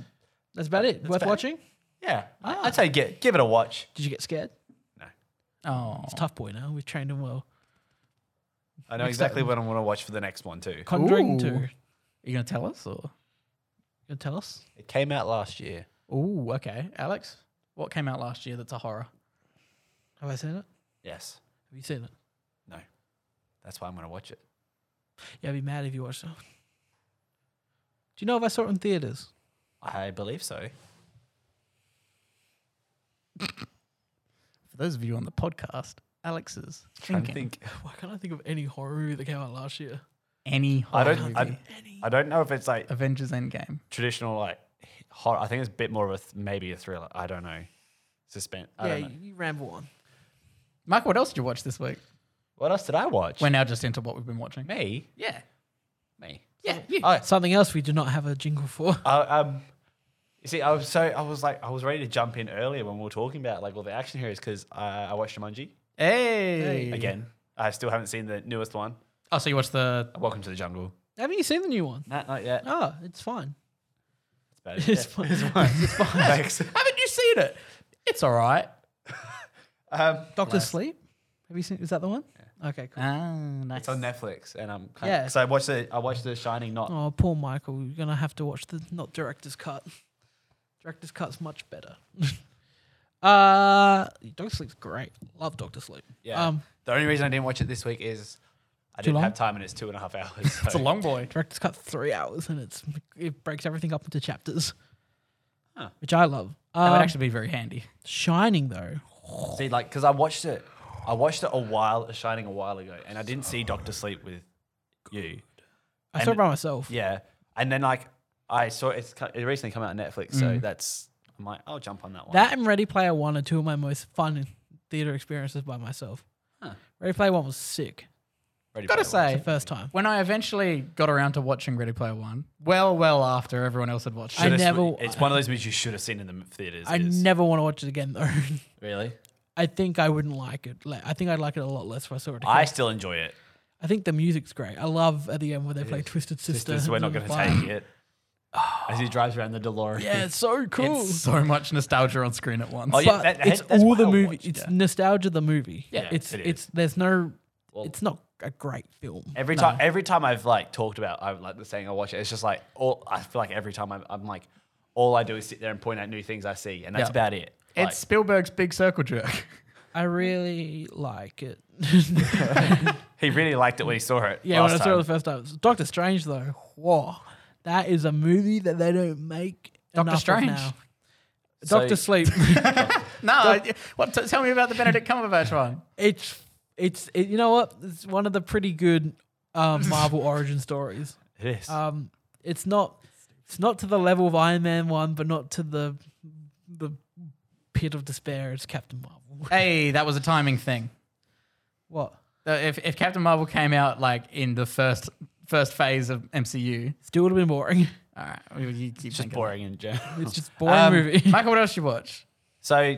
S1: That's about it. Worth
S2: about it.
S1: watching.
S2: yeah. I- I'd say get give it a watch.
S1: Did you get scared?
S3: Oh.
S1: Tough boy. Now we've trained him well.
S2: I know exactly what I want to watch for the next one too.
S1: Conjuring
S3: Ooh.
S1: two.
S3: Are you gonna tell us or?
S1: You tell us.
S2: It came out last year.
S3: Ooh, okay. Alex, what came out last year that's a horror?
S1: Have I seen it?
S2: Yes.
S1: Have you seen it?
S2: No. That's why I'm going to watch it.
S1: Yeah, I'd be mad if you watched it. Do you know if I saw it in theaters?
S2: I believe so.
S3: For those of you on the podcast, Alex's
S2: Trying
S3: thinking
S2: to think.
S1: Why can't I think of any horror movie that came out last year?
S3: any
S2: I
S3: horror
S2: don't.
S3: movie.
S2: I, I don't know if it's like
S3: Avengers Endgame.
S2: traditional like horror. I think it's a bit more of a th- maybe a thriller. I don't know. Suspense. I
S1: yeah,
S2: don't know.
S1: you, you ramble on.
S3: Michael, what else did you watch this week?
S2: What else did I watch?
S3: We're now just into what we've been watching.
S2: me.
S3: Yeah.
S2: Me.
S3: Yeah. You.
S2: Oh,
S1: Something else we do not have a jingle for.
S2: I, um. You see, I was so I was like I was ready to jump in earlier when we were talking about like all the action heroes because uh, I watched Jumanji
S3: hey.
S2: again. I still haven't seen the newest one.
S3: Oh, so you watched the.
S2: Welcome to the Jungle.
S1: Haven't you seen the new one?
S2: Nah, not yet.
S1: Oh, it's fine.
S2: It's bad.
S1: It's fine. It's fine.
S2: Thanks.
S3: Haven't you seen it? It's all right.
S2: Um,
S1: Doctor Sleep. Have you seen? Is that the one? Okay, cool.
S3: Ah, nice.
S2: It's on Netflix, and I'm kind
S1: Yeah.
S2: yeah. So I watched the I watched the Shining. Not
S1: Oh, poor Michael. You're gonna have to watch the not director's cut. Director's cut's much better. Uh, Doctor Sleep's great. Love Doctor Sleep.
S2: Yeah.
S1: Um,
S2: the only reason I didn't watch it this week is I didn't
S1: long?
S2: have time and it's two and a half hours. So.
S3: It's a long boy.
S1: director's cut three hours and it's it breaks everything up into chapters,
S2: Huh.
S1: which I love.
S3: That
S1: Um,
S3: would actually be very handy.
S1: Shining though,
S2: See, like, because I watched it, I watched it a while, Shining a while ago, and I didn't see Doctor Sleep with you.
S1: I saw it
S2: And-
S1: by myself.
S2: Yeah, and then like I saw it's co- it recently come out on Netflix, so that's I'm like I'll jump on that one.
S1: That and Ready Player One are two of my most fun theater experiences by myself.
S2: Huh.
S1: Ready Player One was sick.
S2: Ready
S3: Gotta
S2: Player
S3: say,
S2: One.
S1: The first time.
S3: When I eventually got around to watching Ready Player One, well, well after everyone else had watched
S1: I
S3: it,
S2: Should've-
S1: never-
S2: It's one of those movies you should have seen in the theaters.
S1: I
S2: is.
S1: never want to watch it again though.
S2: really.
S1: I think I wouldn't like it. Like, I think I'd like it a lot less if I saw it again.
S2: I still enjoy it.
S1: I think the music's great. I love at the end where they play Twisted Sister.
S2: Sisters, we're not
S1: and
S2: going to
S1: fire.
S2: take it. As he drives around the DeLorean.
S1: Yeah, it's so cool.
S3: it's so much nostalgia on screen at once.
S2: Oh, yeah.
S1: but
S2: that- that-
S1: it's
S2: that's
S1: all
S2: why
S1: the
S2: I
S1: movie.
S2: watched
S1: It's
S2: it.
S1: nostalgia. The movie.
S2: Yeah,
S1: it's
S2: it is.
S1: it's there's no.
S2: Well-
S1: it's not a great film.
S2: Every time, every time I've like talked about, I like the saying I watch it. It's just like all. I feel like every time I'm, I'm like, all I do is sit there and point out new things I see, and that's
S3: Yeah.
S2: about it. Like,
S3: It's Spielberg's big circle jerk.
S1: I really like it.
S2: he really liked it when he saw it.
S1: yeah,
S2: last
S1: when I saw it
S2: time.
S1: the first time, Doctor Strange though. Whoa, that is a movie that they don't make.
S3: Doctor
S1: enough of
S3: Strange.
S1: now.
S2: So-
S1: Doctor Sleep.
S3: no, I- what? T- tell me about the Benedict Cumberbatch one.
S1: it's it's it, you know what? It's one of the pretty good um, Marvel origin stories.
S2: It is.
S1: Um, it's not it's not to the level of Iron Man one, but not to the the pit of despair. It's Captain Marvel.
S3: Hey, that was a timing thing.
S1: What?
S3: Uh, If, if Captain Marvel came out like in the first first phase of MCU,
S1: Still would have been boring.
S3: all right, you, you keep
S2: it's just boring in general.
S1: It's just boring
S2: Um,
S1: movie.
S3: Michael, what else you watch?
S2: so,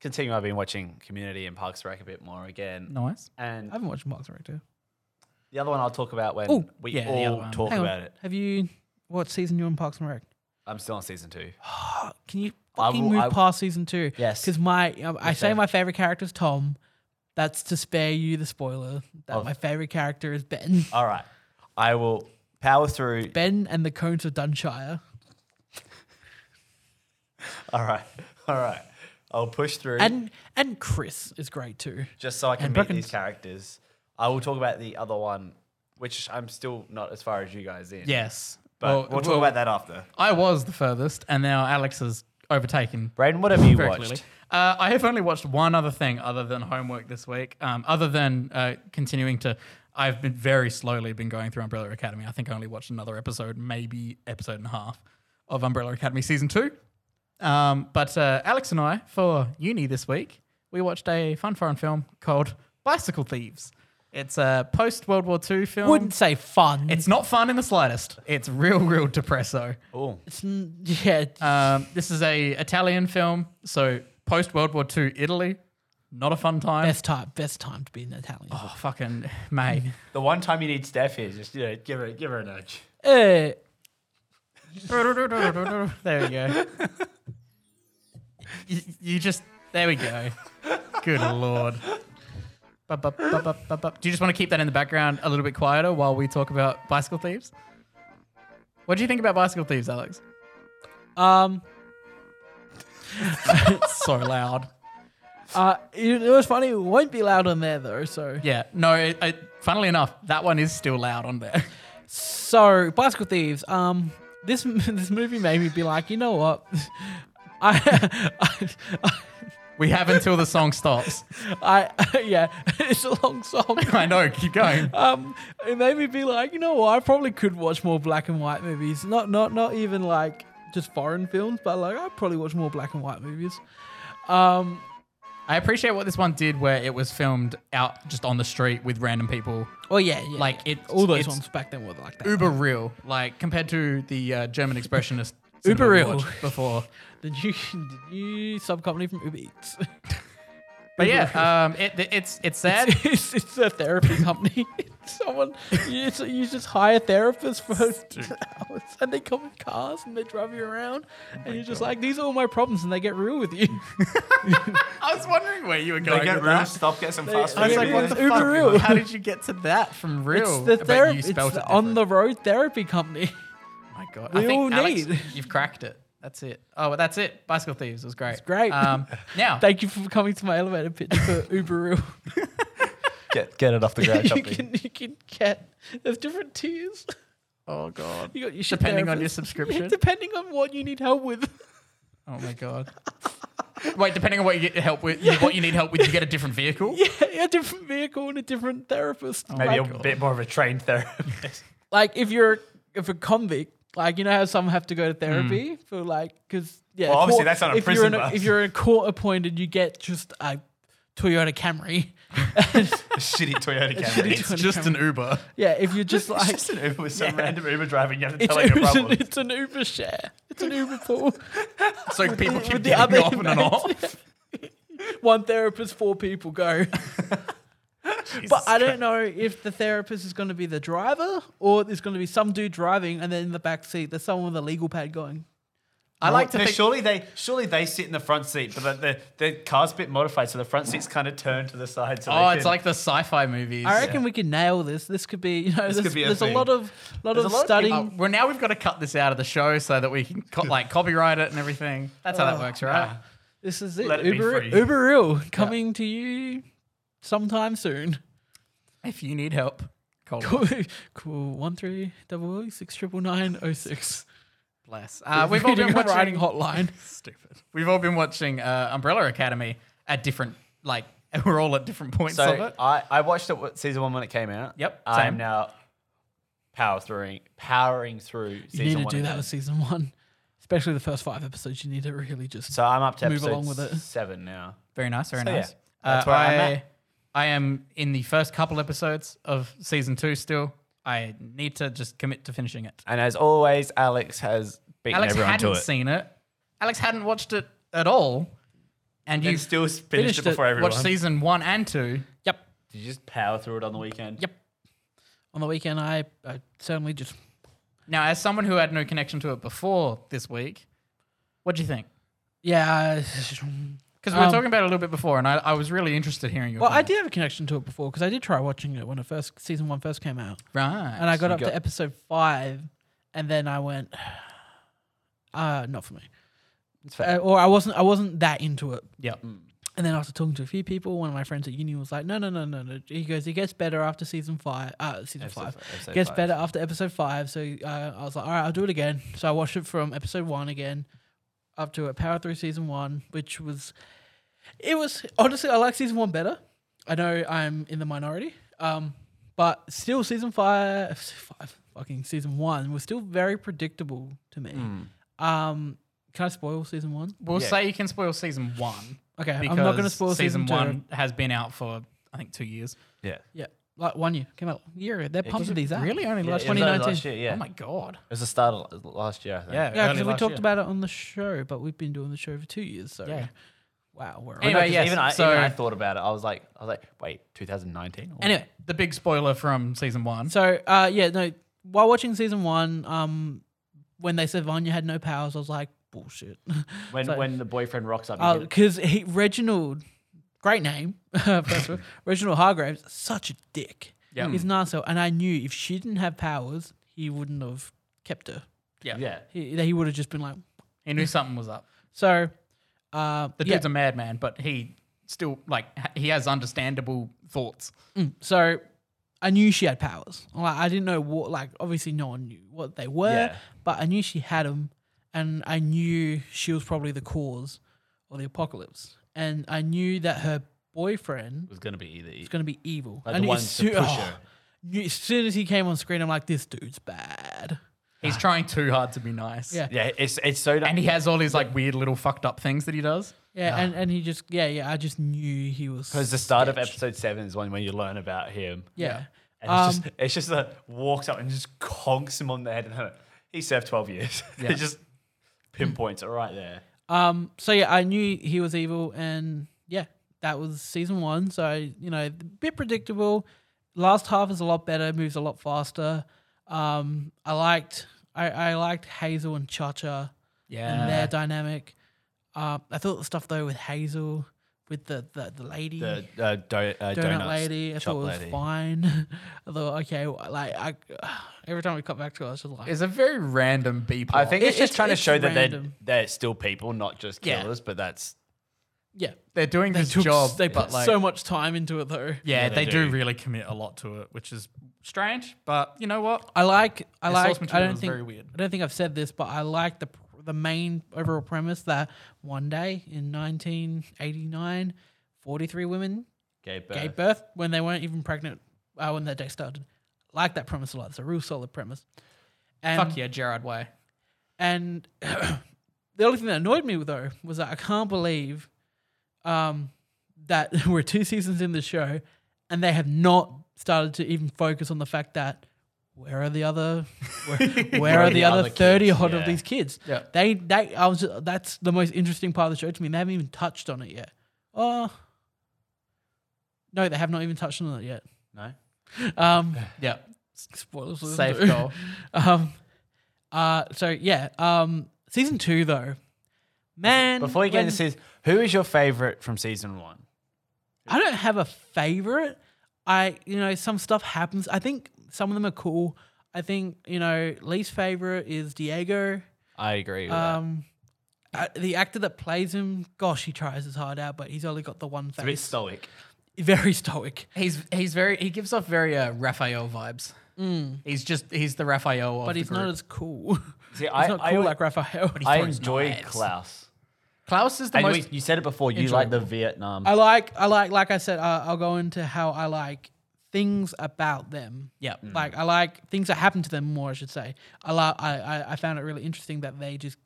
S2: continue. I've been watching Community and Parks and Rec a bit more again,
S3: Nice.
S1: I
S2: and
S1: haven't watched Mark's Rector.
S2: the other one I'll talk about when
S1: Oh,
S2: we
S3: yeah, the other
S2: all
S3: one.
S2: talk
S1: Hang on.
S2: about it.
S1: Have you what season you on Parks and Rec?
S2: I'm still on season two.
S1: Oh, can you
S2: I
S1: fucking
S2: will-
S1: move
S2: I-
S1: past season two?
S2: Yes.
S1: Because my um, I say
S2: favorite.
S1: my favorite character is Tom. That's to spare you the spoiler. That
S2: Of-
S1: my favorite character is Ben.
S2: All right, I will power through.
S1: Ben and the Cones of Dunshire.
S2: All right, all right. I'll push through.
S1: And and Chris is great too.
S2: just so I can
S1: And
S2: meet
S1: Brookins.
S2: these characters. I will talk about the other one, which I'm still not as far as you guys in.
S3: Yes.
S2: but we'll, talk about that after.
S3: I was the furthest, and now Alex has overtaken.
S2: Braden, what have you
S3: Very
S2: watched?
S3: clearly. Uh, I have only watched one other thing other than homework this week. Um, other than uh, continuing to, I've been very slowly been going through Umbrella Academy. I think I only watched another episode, maybe episode and a half of Umbrella Academy season two. Um, but uh, Alex and I for uni this week, we watched a fun foreign film called Bicycle Thieves. It's a post World War II film.
S1: Wouldn't say fun.
S3: It's not fun in the slightest. It's real, real depresso.
S2: Oh,
S1: It's n- yeah.
S3: Um, this is a Italian film, so post World War II Italy. Not a fun time.
S1: Best time, best time to be an Italian.
S3: Oh, fucking mate.
S2: the one time you need Steph is just you know give her give her a nudge.
S1: Eh,
S3: there we go. You, you just there we go. Good lord. Bup, bup, bup, bup, bup, bup. Do you just want to keep that in the background a little bit quieter while we talk about bicycle thieves? What do you think about bicycle thieves, Alex?
S1: um,
S3: so loud.
S1: uh, it, it was funny. It won't be loud on there though. So,
S3: Yeah, no. It, it, funnily enough, that one is still loud on there.
S1: so bicycle thieves. Um, this m- this movie made me be like, you know what? I, I,
S3: We have until the song stops.
S1: I, yeah, it's a long song.
S3: I know. Keep going.
S1: Um, it made me be like, you know what? I probably could watch more black and white movies. Not, not, not even like just foreign films, but like I probably watch more black and white movies. Um,
S3: I appreciate what this one did, where it was filmed out just on the street with random people.
S1: Oh yeah, yeah
S3: Like,
S1: yeah.
S3: it's-
S1: all those
S3: it's
S1: ones back then were like that.
S3: Uber real, like compared to the uh, German expressionist.
S1: Uber
S3: cinema we
S1: real.
S3: watched before,
S1: Did you did you sub company from Uber Eats?
S3: but yeah, um, it, it's it's sad.
S1: It's, it's, it's a therapy company. Someone you, just- you just hire therapists for hours, and they come in cars and they drive you around,
S3: Oh
S1: and you're just like, these are all my problems, and they get real with you.
S3: I was wondering where you were going. with that.
S2: stop, get some
S1: fast
S3: I was
S1: food.
S3: like,
S1: Yeah.
S3: what the
S1: Uber
S3: fuck?
S1: real.
S3: How did you get to that from real?
S1: It's the
S3: But
S1: therapy.
S3: you
S1: It's
S3: spelt it
S1: the on the road therapy company.
S3: different. My God,
S1: we
S3: I think
S1: all
S3: Alex,
S1: need.
S3: you've cracked it. That's it. Oh, well, that's it. Bicycle Thieves was great. It's
S1: great.
S3: Um, now,
S1: Thank you for coming to my elevator pitch for Uber Real.
S2: Get get it off the ground,
S1: you
S2: Choppy.
S1: can you can get there's different tiers.
S3: oh god.
S1: You got your shit
S3: Depending on your
S1: therapist. Yeah,
S3: subscription.
S1: depending on what you need help with.
S3: Oh my god. Wait, depending on what you get help with, what you need help with, you get a different vehicle.
S1: yeah, a different vehicle and a different therapist.
S2: Maybe
S1: like,
S2: a bit more of a trained therapist.
S1: like if you're if a convict, like you know how some have to go to therapy for like because yeah.
S2: Hmm. Well, obviously
S1: court-
S2: that's not a
S1: if
S2: prison
S1: You're in
S2: bus.
S1: If you're a court appointed, you get just a Toyota Camry.
S2: a shitty Toyota Camry.
S1: It's just an
S3: Uber.
S1: Yeah, if you're just like
S2: It's an Uber with some random Uber driving. You have to
S1: it's,
S2: tell her your
S1: it's an,
S2: problem.
S1: it's an Uber share. It's an Uber pool.
S3: So people keep
S1: With the
S3: getting
S1: other
S3: off and off.
S1: One therapist, four people go. but I don't know if the therapist is going to be the driver or there's going to be some dude driving and then in the back seat there's someone with a legal pad going.
S3: I like to
S2: No,
S3: think.
S2: surely they surely they sit in the front seat, but the, the, the car's a bit modified, so the front seat's kind of turned to the side. So
S3: Oh,
S2: they
S3: it's
S2: can-
S3: like the sci-fi movies.
S1: I reckon we can nail this. This could be, you know,
S2: This
S1: there's,
S2: could be a
S1: there's a,
S2: thing.
S1: lot of lot
S2: There's
S1: of
S2: a lot of
S1: studying.
S3: Oh, well, now we've got to cut this out of the show so that we can co- like copyright it and everything. That's
S1: Oh,
S3: how that works, right?
S1: this is it.
S2: Let it be
S1: Uber,
S2: free.
S1: Uber Real coming to you sometime soon.
S3: If you need help, call us.
S1: Cool, cool. One three double oh six triple nine oh six.
S3: bless. Uh, we've all been
S1: Reading a
S3: watching
S1: riding hotline.
S3: Stupid. We've all been watching uh, Umbrella Academy at different like we're all at different points of
S2: So
S3: it.
S2: I, I watched it what- season one when it came out.
S3: Yep,
S2: I
S3: same.
S2: am now power through powering through
S1: You
S2: season
S1: need to
S2: one.
S1: do that
S2: again.
S1: with season one, especially the first five episodes. You need to really just
S2: so I'm up to
S1: move
S2: episode
S1: along with it.
S2: seven now.
S3: Very nice. Very
S2: So, yeah,
S3: nice.
S2: that's
S3: uh,
S2: where
S3: I,
S2: I'm at.
S3: I am in the first couple episodes of season two still. I need to just commit to finishing it.
S2: And as always, Alex has beaten
S3: Alex
S2: everyone to
S3: hadn't
S2: it.
S3: seen it. Alex hadn't watched it at all. And you
S2: you still finished,
S1: Finished
S2: it
S1: it.
S2: before everyone.
S3: watched season one and two.
S1: Yep.
S2: Did you just power through it on the weekend?
S1: Yep. On the weekend, I, I certainly just
S3: Now, as someone who had no connection to it before this week, what do you think?
S1: yeah. I,
S3: Because we were
S1: Um,
S3: talking about it a little bit before, and I, I was really interested hearing your.
S1: well, I
S3: opinion.
S1: did have a connection to it before because I did try watching it when it first season one first came out,
S3: right,
S1: and I got
S2: you
S1: up
S2: got-
S1: to episode five, and then I went, uh, not for me,
S2: It's fair.
S1: uh, or I wasn't I wasn't that into it.
S3: Yep.
S1: And then after talking to a few people, one of my friends at uni was like, no, no, no, no, no. He goes, it gets better after season five. Uh, season
S2: Episode
S1: five.
S2: five, episode
S1: gets
S2: five.
S1: better after episode five. So uh, I was like, all right, I'll do it again. So I watched it from episode one again up to it. Power through season one, which was, it was, honestly, I like season one better. I know I'm in the minority. Um, but still, season five, five, fucking season one was still very predictable to me.
S3: Hmm.
S1: Um, can I spoil season one?
S3: We'll
S2: Yeah.
S3: say you can spoil season one.
S1: Okay,
S3: Because
S1: I'm not going to spoil season,
S3: season
S1: two.
S3: one has been out for I think two years.
S2: Yeah.
S1: Yeah, like one year came out. Year they're pumping these out.
S3: Really, only
S2: Yeah,
S3: last
S2: it was
S3: 20
S2: only
S3: year.
S2: Last year, yeah.
S3: Oh my god.
S2: It was the start of l- last year, I think.
S1: Yeah, because we talked about it on the show, but we've been doing the show for two years. So
S3: Yeah.
S1: wow, we're
S3: Anyway,
S1: on.
S2: Because
S3: yes,
S2: even, I,
S3: so-
S2: even I thought about it. I was like, I was like, wait, 2019.
S3: Anyway, the big spoiler from season one.
S1: So uh, yeah, no. While watching season one, um, when they said Vanya had no powers, I was like bullshit.
S2: when
S1: so-
S2: when the boyfriend rocks up, you get-
S1: Because he Reginald, great name, first of all, Reginald Hargraves, such a dick.
S3: Yeah.
S1: he's Narsil, and I knew if she didn't have powers, he wouldn't have kept her.
S2: yeah,
S1: He, he would have just been like,
S3: He knew something was up.
S1: so. Uh,
S3: The
S1: yeah.
S3: dude's a madman, but he still like ha- he has understandable thoughts.
S1: So I knew she had powers. Like I didn't know what. Like obviously no one knew what they were,
S2: Yeah.
S1: but I knew she had them, and I knew she was probably the cause of the apocalypse. And I knew that her boyfriend
S2: it was gonna be either.
S1: was going to be evil.
S2: Like
S1: I
S2: the
S1: knew
S2: ones to push her.
S1: oh, knew- as soon as he came on screen, I'm like, this dude's bad.
S3: He's trying too hard to be nice.
S1: Ah. Yeah.
S2: Yeah, it's it's so.
S3: And he has all these like weird little fucked up things that he does.
S1: Yeah, and, and he just yeah yeah. I just knew he was
S2: Because the start of
S1: sketch.
S2: episode seven is one when you learn about him.
S1: Yeah. um,
S2: And it's just it's just a walks up and just conks him on the head. And he served twelve years. it just pinpoints it right there.
S1: Um, so yeah, I knew he was evil, and yeah, that was season one. So you know, a bit predictable. Last half is a lot better, moves a lot faster. Um, I liked, I, I liked Hazel and Cha Cha and their dynamic. Um, I thought the stuff though with Hazel, with the the, the lady.
S2: The uh, do,
S1: Donut
S2: uh, donuts,
S1: lady, I
S2: shop
S1: thought it was fine. I thought, okay, like I, Every time we cut back to us, just like
S3: It's a very random B plot.
S2: I think
S1: It-
S2: it's just
S1: it's-
S2: trying to
S1: it's
S2: show that they're,
S1: random.
S2: they're still people, not just
S1: Yeah.
S2: killers. But that's
S1: yeah.
S3: they're doing
S1: They
S3: this
S1: took
S3: job,
S1: They
S3: but
S1: put
S3: like,
S1: so much time into it though.
S3: yeah,
S2: Yeah,
S3: they,
S2: they
S3: do.
S2: do.
S3: really commit a lot to it, which is strange. But you know what?
S1: I like. I
S3: Their source
S1: like. I
S3: material
S1: don't
S3: is
S1: think.
S3: very weird.
S1: I don't think I've said this, but I like the pr- the main overall premise that one day in 1989, 43 women
S2: gay birth.
S1: gave birth when they weren't even pregnant uh, when that day started. Like that premise a lot. It's a real solid premise. And,
S3: Fuck yeah, Gerard Way.
S1: And the only thing that annoyed me though was that I can't believe um, that we're two seasons in the show and they have not started to even focus on the fact that where are the other where, where are the, other
S2: kids?
S1: thirty odd of
S2: Yeah.
S1: these kids?
S3: Yeah.
S1: They they I was that's the most interesting part of the show to me. and They haven't even touched on it yet. Oh. No, they have not even touched on it yet.
S2: No,
S1: Um,
S3: Yeah,
S1: spoilers. for them
S3: safe
S1: too.
S3: goal.
S1: Um, uh, so yeah, um, season two though, man.
S2: Before we get
S1: when-
S2: into season, who is your favorite from season one?
S1: I don't have a favorite. I you know some stuff happens. I think some of them are cool. I think you know least favorite is Diego.
S2: I agree. With
S1: Um, uh, the actor that plays him, gosh, he tries his heart out, but he's only got the one
S2: It's a bit
S1: face.
S2: stoic.
S1: Very stoic.
S3: He's he's very he gives off very uh, Raphael vibes. He's just he's the Raphael of
S1: Mm. But
S3: the
S1: he's not
S3: group.
S1: as cool.
S2: See,
S1: he's
S2: I,
S1: not
S2: I,
S1: cool
S2: al-
S1: like Raphael.
S2: I
S3: throws
S2: enjoy
S3: knives.
S2: Klaus.
S3: Klaus is the
S2: And
S3: most.
S2: we, you said it before. You like the Vietnam.
S1: I like I like like I said uh, I'll go into how I like things about them.
S3: yeah,
S1: Like I like things that happen to them more, I should say. I like I, I I found it really interesting that they just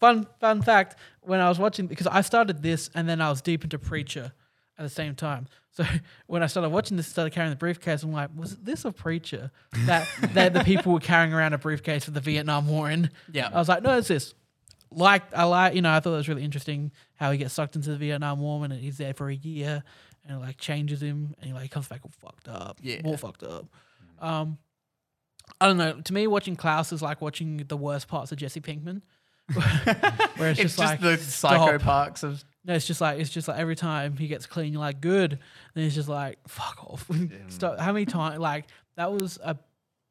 S1: fun fun fact when I was watching because I started this and then I was deep into preacher at the same time. So when I started watching this, started carrying the briefcase, I'm like, was this a preacher that that the people were carrying around a briefcase with the Vietnam War in?
S3: Yeah.
S1: I was like, no, it's this. Like I like you know I thought it was really interesting how he gets sucked into the Vietnam War and he's there for a year and it like changes him and he like comes back all fucked up,
S3: Yeah.
S1: more fucked up. Um, I don't know. To me, watching Klaus is like watching the worst parts of Jesse Pinkman, where it's,
S3: it's just,
S1: just, like
S3: the
S1: stop.
S3: psycho parks of
S1: No, it's just like it's just like every time he gets clean, you're like good. Then he's just like fuck off. Stop. How many times? Like that was a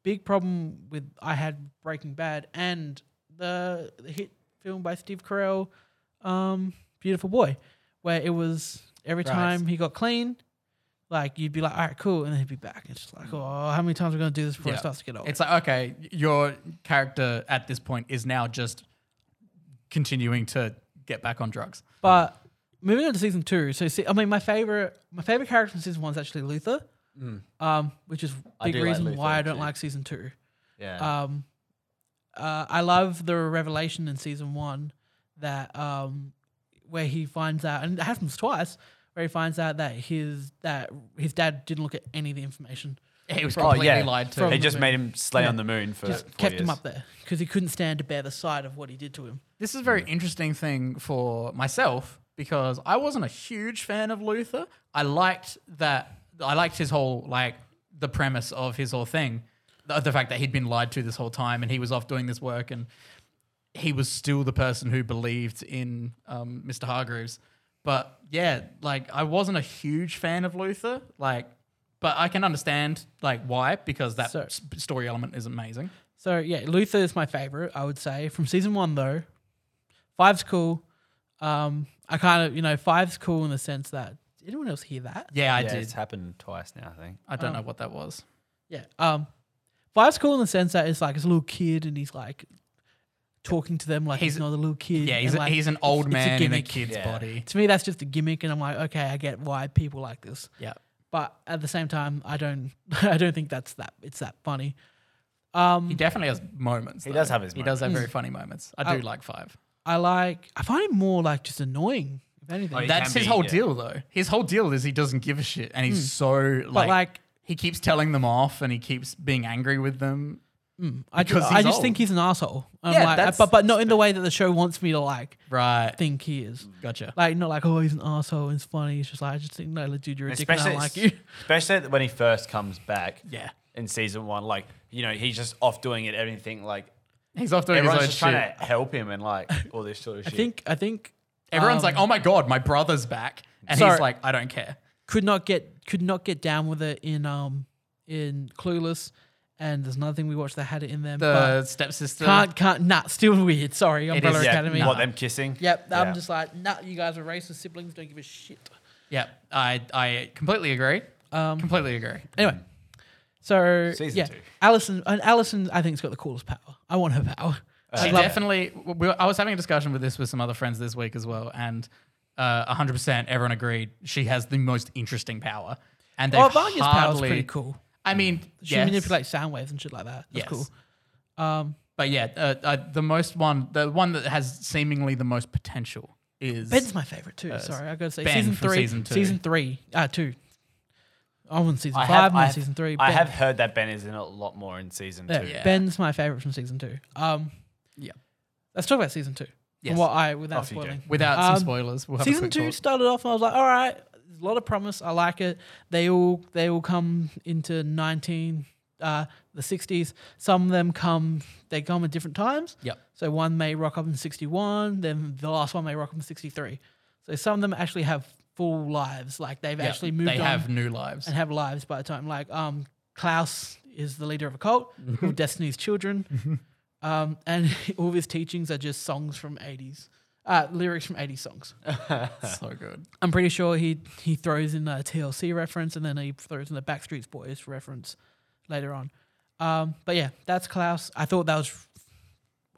S1: big problem with I had Breaking Bad and the, the hit film by Steve Carell, um, Beautiful Boy, where it was every
S3: Right.
S1: time he got clean. Like you'd be like, all right, cool, and then he'd be back. It's just like, oh, how many times are we gonna do this before
S3: Yeah.
S1: it starts to get old?
S3: It's like okay, your character at this point is now just continuing to get back on drugs.
S1: But moving on to season two, so see, I mean, my favorite my favorite character from season one is actually Luther, um, which is
S2: Mm. I
S1: big
S2: do like
S1: reason
S2: Luther,
S1: why I don't
S2: actually.
S1: like season two.
S2: Yeah.
S1: Um, uh, I love the revelation in season one that um, where he finds out, and it happens twice, where he finds out that his that his dad didn't look at any of the information,
S3: He was
S2: oh
S3: completely
S2: yeah.
S3: lied to.
S1: From-
S2: They just
S1: Yeah.
S2: made him slay on the moon for
S1: just
S2: four
S1: kept him
S2: years.
S1: up there because he couldn't stand to bear the sight of what he did to him.
S3: this is a very interesting thing for myself because I wasn't a huge fan of Luther. I liked that. I liked his whole like the premise of his whole thing, the, the fact that he'd been lied to this whole time and he was off doing this work and he was still the person who believed in um, Mr. Hargreaves. But yeah, like I wasn't a huge fan of Luther. Like, but I can understand like why because that
S1: So-
S3: s- story element is amazing.
S1: So yeah, Luther is my favorite. I would say from season one though, five's cool. Um, I kind of you know five's cool in the sense that did anyone else hear that?
S3: Yeah, I
S2: yeah,
S3: did.
S2: it's happened twice now. I think.
S3: I don't know what that was.
S1: Yeah. Um, five's cool in the sense that it's like it's a little kid and he's like talking to them like he's,
S3: He's-
S1: not a little kid.
S3: Yeah, he's,
S1: and,
S3: a,
S1: like,
S3: he's an
S1: it's-
S3: old
S1: it's
S3: man in a
S1: gimmick.
S3: kid's
S2: Yeah.
S3: body.
S1: To me, that's just a gimmick, and I'm like, okay, I get why people like this.
S3: Yeah.
S1: But at the same time, I don't, I don't think that's that. It's that funny.
S3: He definitely has moments. He
S2: does have his
S3: He does have very funny moments. Oh. I do like five.
S1: I like. I find him more like just annoying. If anything,
S2: Oh, He
S3: That's
S2: can
S3: his
S2: be,
S3: whole
S2: yeah.
S3: deal, though. His whole deal is he doesn't give a shit, and he's so Hmm. like,
S1: like-
S3: he keeps telling them off, and he keeps being angry with them.
S1: I ju- I
S3: Because
S1: just,
S3: he's
S1: think
S3: old.
S1: he's an asshole. I'm
S3: Yeah,
S1: like,
S3: that's-
S1: but but not in the way that the show wants me to like
S3: Right.
S1: think he is.
S3: Gotcha.
S1: Like not like oh he's an asshole. It's funny. It's just like I just think no dude you're a dick. And I
S2: Especially
S1: don't like you.
S2: especially when he first comes back.
S3: Yeah.
S2: In season one, like you know, he's just off doing it. Everything like
S3: He's off doing
S2: everyone's
S3: his
S2: just
S3: own
S2: trying
S3: shit.
S2: to help him and like all this sort of
S1: I
S2: shit.
S1: think I think
S3: Everyone's
S1: um,
S3: like, "Oh my god, my brother's back," and
S1: Sorry.
S3: he's like, "I don't care."
S1: could not get could not get down with it in um in Clueless And there's another thing we watched that had it in them.
S3: The stepsister.
S1: but can't, can't, nah, still weird. Sorry, Umbrella
S3: is, yeah,
S1: Academy.
S2: What them kissing?
S1: Yep,
S2: Yeah.
S1: I'm just like, nah, you guys are racist siblings, don't give a shit.
S3: Yeah, I, I completely agree.
S1: Um,
S3: Completely agree.
S1: Anyway, so
S2: Mm. Season
S1: yeah,
S2: two.
S1: Allison and Allison, I think's got the coolest power. I want her power.
S2: Uh,
S3: She
S1: I'd love-
S3: definitely. We were, I was having a discussion with this with some other friends this week as well, and uh, 100% everyone agreed she has the most interesting power. And they've
S1: oh, Vanya's power's
S3: hardly,
S1: pretty cool.
S3: I mean,
S1: She
S3: yes,
S1: manipulates sound waves and shit like that. That's
S3: yes.
S1: cool.
S3: But yeah, uh, uh, the most one, the one that has seemingly the most potential is
S1: Ben's my favorite too. Sorry, I gotta say
S3: Uh, Ben
S1: season
S3: from
S1: three,
S3: season two.
S1: season three, ah, two. I'm on season
S2: I
S1: five.
S2: have,
S1: I'm
S2: I
S1: on
S2: have,
S1: season three.
S2: I
S1: Ben-
S2: have heard that Ben is in a lot more in season
S1: yeah,
S2: two.
S3: Yeah.
S1: Ben's my favorite from season two. Um,
S3: Yeah.
S1: let's talk about season two.
S3: Yes.
S1: From what I without
S2: Off you go.
S1: spoiling.
S3: without
S1: Um,
S3: some spoilers. We'll have a
S1: season
S3: quick
S1: two
S3: talk.
S1: started off and I was like, all right, there's a lot of promise. I like it. They all they all come into nineteen uh, the sixties. Some of them come they come at different times.
S3: Yep.
S1: So one may rock up in sixty one, then the last one may rock up in sixty three. So some of them actually have full lives, like they've
S3: Yeah,
S1: actually moved
S3: They
S1: on
S3: have new lives.
S1: and have lives by the time. Like um, Klaus is the leader of a cult called Destiny's Children, um, and all of his teachings are just songs from eighties, uh, lyrics from eighties songs.
S3: so good.
S1: I'm pretty sure he he throws in a TLC reference and then he throws in the Backstreet Boys reference later on. Um, but yeah, that's Klaus. I thought that was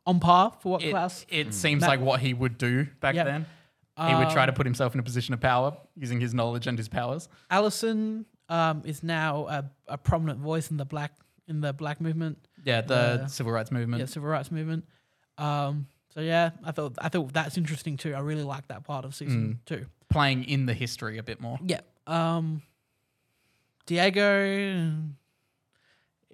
S1: on par for what
S3: It,
S1: Klaus.
S3: it seems
S1: That-
S3: like what he would do back
S1: Yep. Um,
S3: then. He would try to put himself in a position of power using his knowledge and his powers.
S1: Allison um, is now a, a prominent voice in the black in the black movement,
S3: Yeah, the
S1: Uh,
S3: civil rights movement.
S1: yeah, civil rights movement. Um, so yeah, I thought I thought that's interesting too. I really like that part of
S3: Mm.
S1: season two.
S3: playing in the history a bit more.
S1: Yeah. Um, Diego,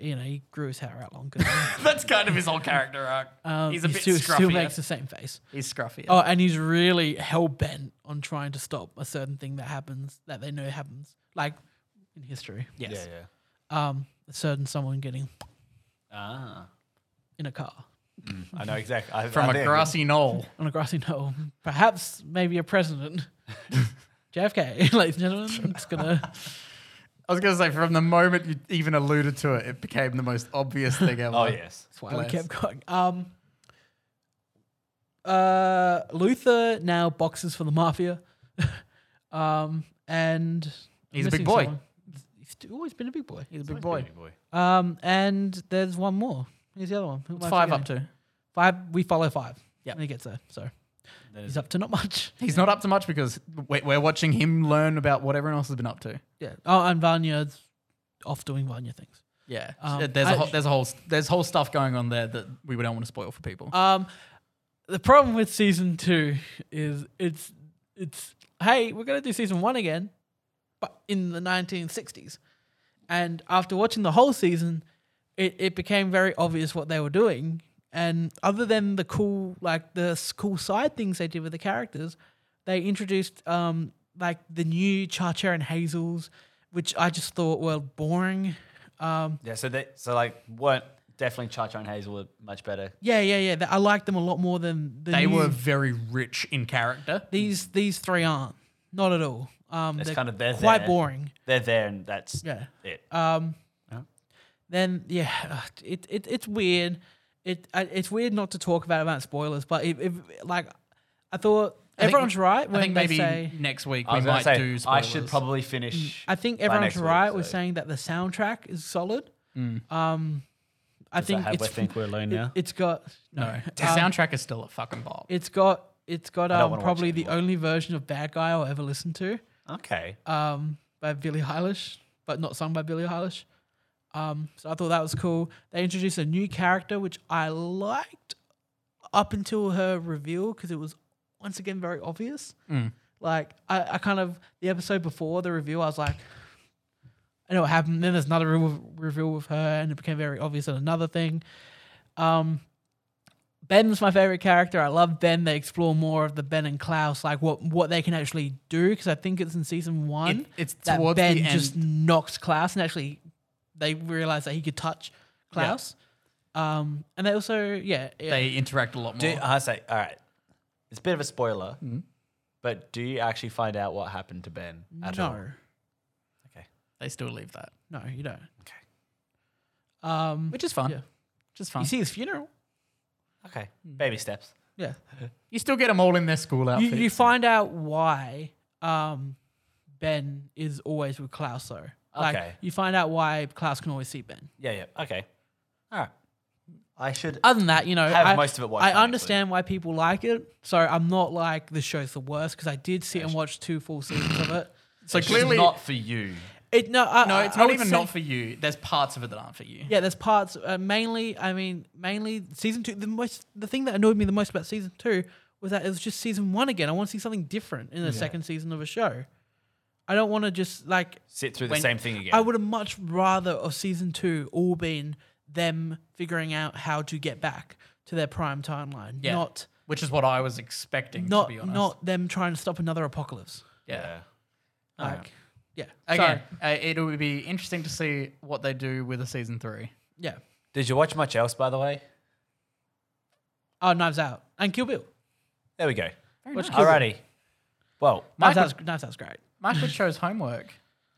S1: you know, he grew his hair out longer.
S3: That's kind of his whole character arc.
S1: Um,
S3: he's a
S1: he
S3: bit
S1: still, still
S3: scruffy.
S1: makes the same face.
S3: he's scruffy.
S1: Oh, and he's really hell bent on trying to stop a certain thing that happens that they know happens, like in history,
S3: yes.
S2: Yeah, yeah.
S1: um, a certain someone getting
S2: Ah.
S1: in a car
S2: I know exactly. I,
S3: From
S2: I
S3: a
S2: think-
S3: grassy knoll.
S1: on a grassy knoll, perhaps maybe a president, JFK, ladies and gentlemen. It's gonna.
S3: I was going to say, from the moment you even alluded to it, it became the most obvious thing ever.
S2: Oh yes.
S1: That's why
S3: Bless.
S1: we kept going. Um, uh, Luther now boxes for the mafia, um, and
S3: He's a big
S1: missing
S3: boy.
S1: someone. He's always been a big boy.
S3: He's a big
S2: Boy.
S3: boy.
S2: boy.
S1: Um, and there's one more. Here's the other one. Who am I
S3: Five
S1: forgetting?
S3: up to.
S1: five. We follow five.
S3: Yep.
S1: when he gets there. So
S2: That
S1: he's
S2: is-
S1: up to not much.
S3: He's not up to much because we- we're watching him learn about what everyone else has been up to.
S1: Yeah. Oh, and Vanya's off doing Vanya things.
S3: Yeah,
S1: Um,
S3: Uh, there's a
S1: I-
S3: whole, there's a whole there's whole stuff going on there that we don't want to spoil for people.
S1: Um, the problem with season two is it's it's hey we're gonna do season one again, but in the 1960s, and after watching the whole season, it it became very obvious what they were doing. And other than the cool like the s- cool side things they did with the characters, they introduced um like the new Charcher and Hazels, which I just thought were boring. Um,
S2: Yeah. So they so like weren't definitely Chacha and Hazel were much better.
S1: Yeah, yeah, yeah. th- I liked them a lot more than the
S3: they
S1: new-
S3: were very rich in character.
S1: These these three aren't not at all. Um,
S2: It's
S1: they're
S2: kind of their
S1: quite
S2: there.
S1: boring.
S2: They're there and that's
S1: Yeah.
S2: it.
S1: Um,
S2: Yeah.
S1: then yeah, ugh, it, it it's weird. It I- it's weird not to talk about about spoilers, but if, if like I thought
S3: I think-
S1: everyone's right when
S3: I think
S1: they
S3: maybe
S1: say
S3: next week
S2: I
S3: we
S2: was gonna
S3: might
S2: say
S3: do.
S2: I
S3: Spoilers.
S2: should probably finish.
S1: Mm, I think
S2: by
S1: everyone's
S2: next week,
S1: right with
S2: so-
S1: saying that the soundtrack is solid. Um, I
S2: Is that
S1: think
S2: how
S1: it's
S2: I think we're alone
S1: it,
S2: now.
S1: it's got
S3: no. The
S1: Um,
S3: soundtrack is still a fucking bop.
S1: it's got it's got
S2: don't
S1: um,
S2: wanna watch
S1: probably
S2: it
S1: the
S2: anymore.
S1: only version of Bad Guy I'll ever listen to.
S2: okay.
S1: um, by Billie Eilish, but not sung by Billie Eilish. Um, so I thought that was cool. They introduced a new character, which I liked up until her reveal because it was once again very obvious. Like, I, I kind of, the episode before the reveal, I was like, I know what happened. Then there's another re- reveal with her, and it became very obvious in another thing. Um, Ben's my favorite character. I love Ben. They explore more of the Ben and Klaus, like what what they can actually do, because I think it's in season one.
S3: It- it's
S1: that
S3: towards
S1: Ben
S3: the end.
S1: just knocks Klaus, and actually they realize that he could touch Klaus. Um, and they also, yeah, yeah.
S3: they interact a lot more.
S2: Do I say all right? It's a bit of a spoiler,
S1: Mm.
S2: but do you actually find out what happened to Ben at all?
S1: no,
S2: Okay.
S3: they still leave that.
S1: no, you don't.
S2: Okay.
S1: Um,
S3: which is fun.
S1: Yeah.
S3: Which is fun.
S1: you
S3: You,
S1: see his funeral.
S2: Okay.
S1: Mm.
S2: Baby steps.
S1: Yeah.
S3: still get them all in their school
S1: You,
S3: outfits.
S1: you find out why um, Ben is always with Klaus, though. Like,
S2: Okay.
S1: You find out why Klaus can always see Ben.
S2: Yeah, yeah. Okay. All right. I should.
S1: Other than that, you know,
S2: Have
S1: I,
S2: most of it watched,
S1: I
S2: actually.
S1: understand why people like it. So I'm not like the show's the worst because I did sit and watch two full seasons of it.
S3: so
S2: It's just
S3: clearly,
S2: not for you.
S1: It no, I,
S3: no,
S1: I-
S3: it's
S1: I
S3: not
S1: would
S3: even
S1: say-
S3: not for you. There's parts of it that aren't for you.
S1: Yeah, there's parts. Uh, mainly, I mean, mainly season two. The most, the thing that annoyed me the most about season two was that it was just season one again. I want to see something different in the second season of a show. I don't want to just like.
S2: Sit through
S3: When-
S2: the same thing again.
S1: I would have much rather of season two all been them figuring out how to get back to their prime timeline,
S3: Yeah.
S1: not
S3: Which is what I was expecting.
S1: not
S3: to be honest.
S1: not them trying to stop another apocalypse.
S2: Yeah.
S1: Like,
S3: Alright.
S1: yeah,
S3: Again,
S1: So,
S3: uh, it'll be interesting to see what they do with a season three.
S1: yeah.
S2: Did you watch much else, by the way?
S1: Oh, Knives Out and Kill Bill.
S2: There we go.
S1: Watch Kill Bill.
S2: Alrighty. Well,
S1: Knives
S3: Michael-
S1: Out's, Knives Out's great.
S3: Michael chose homework.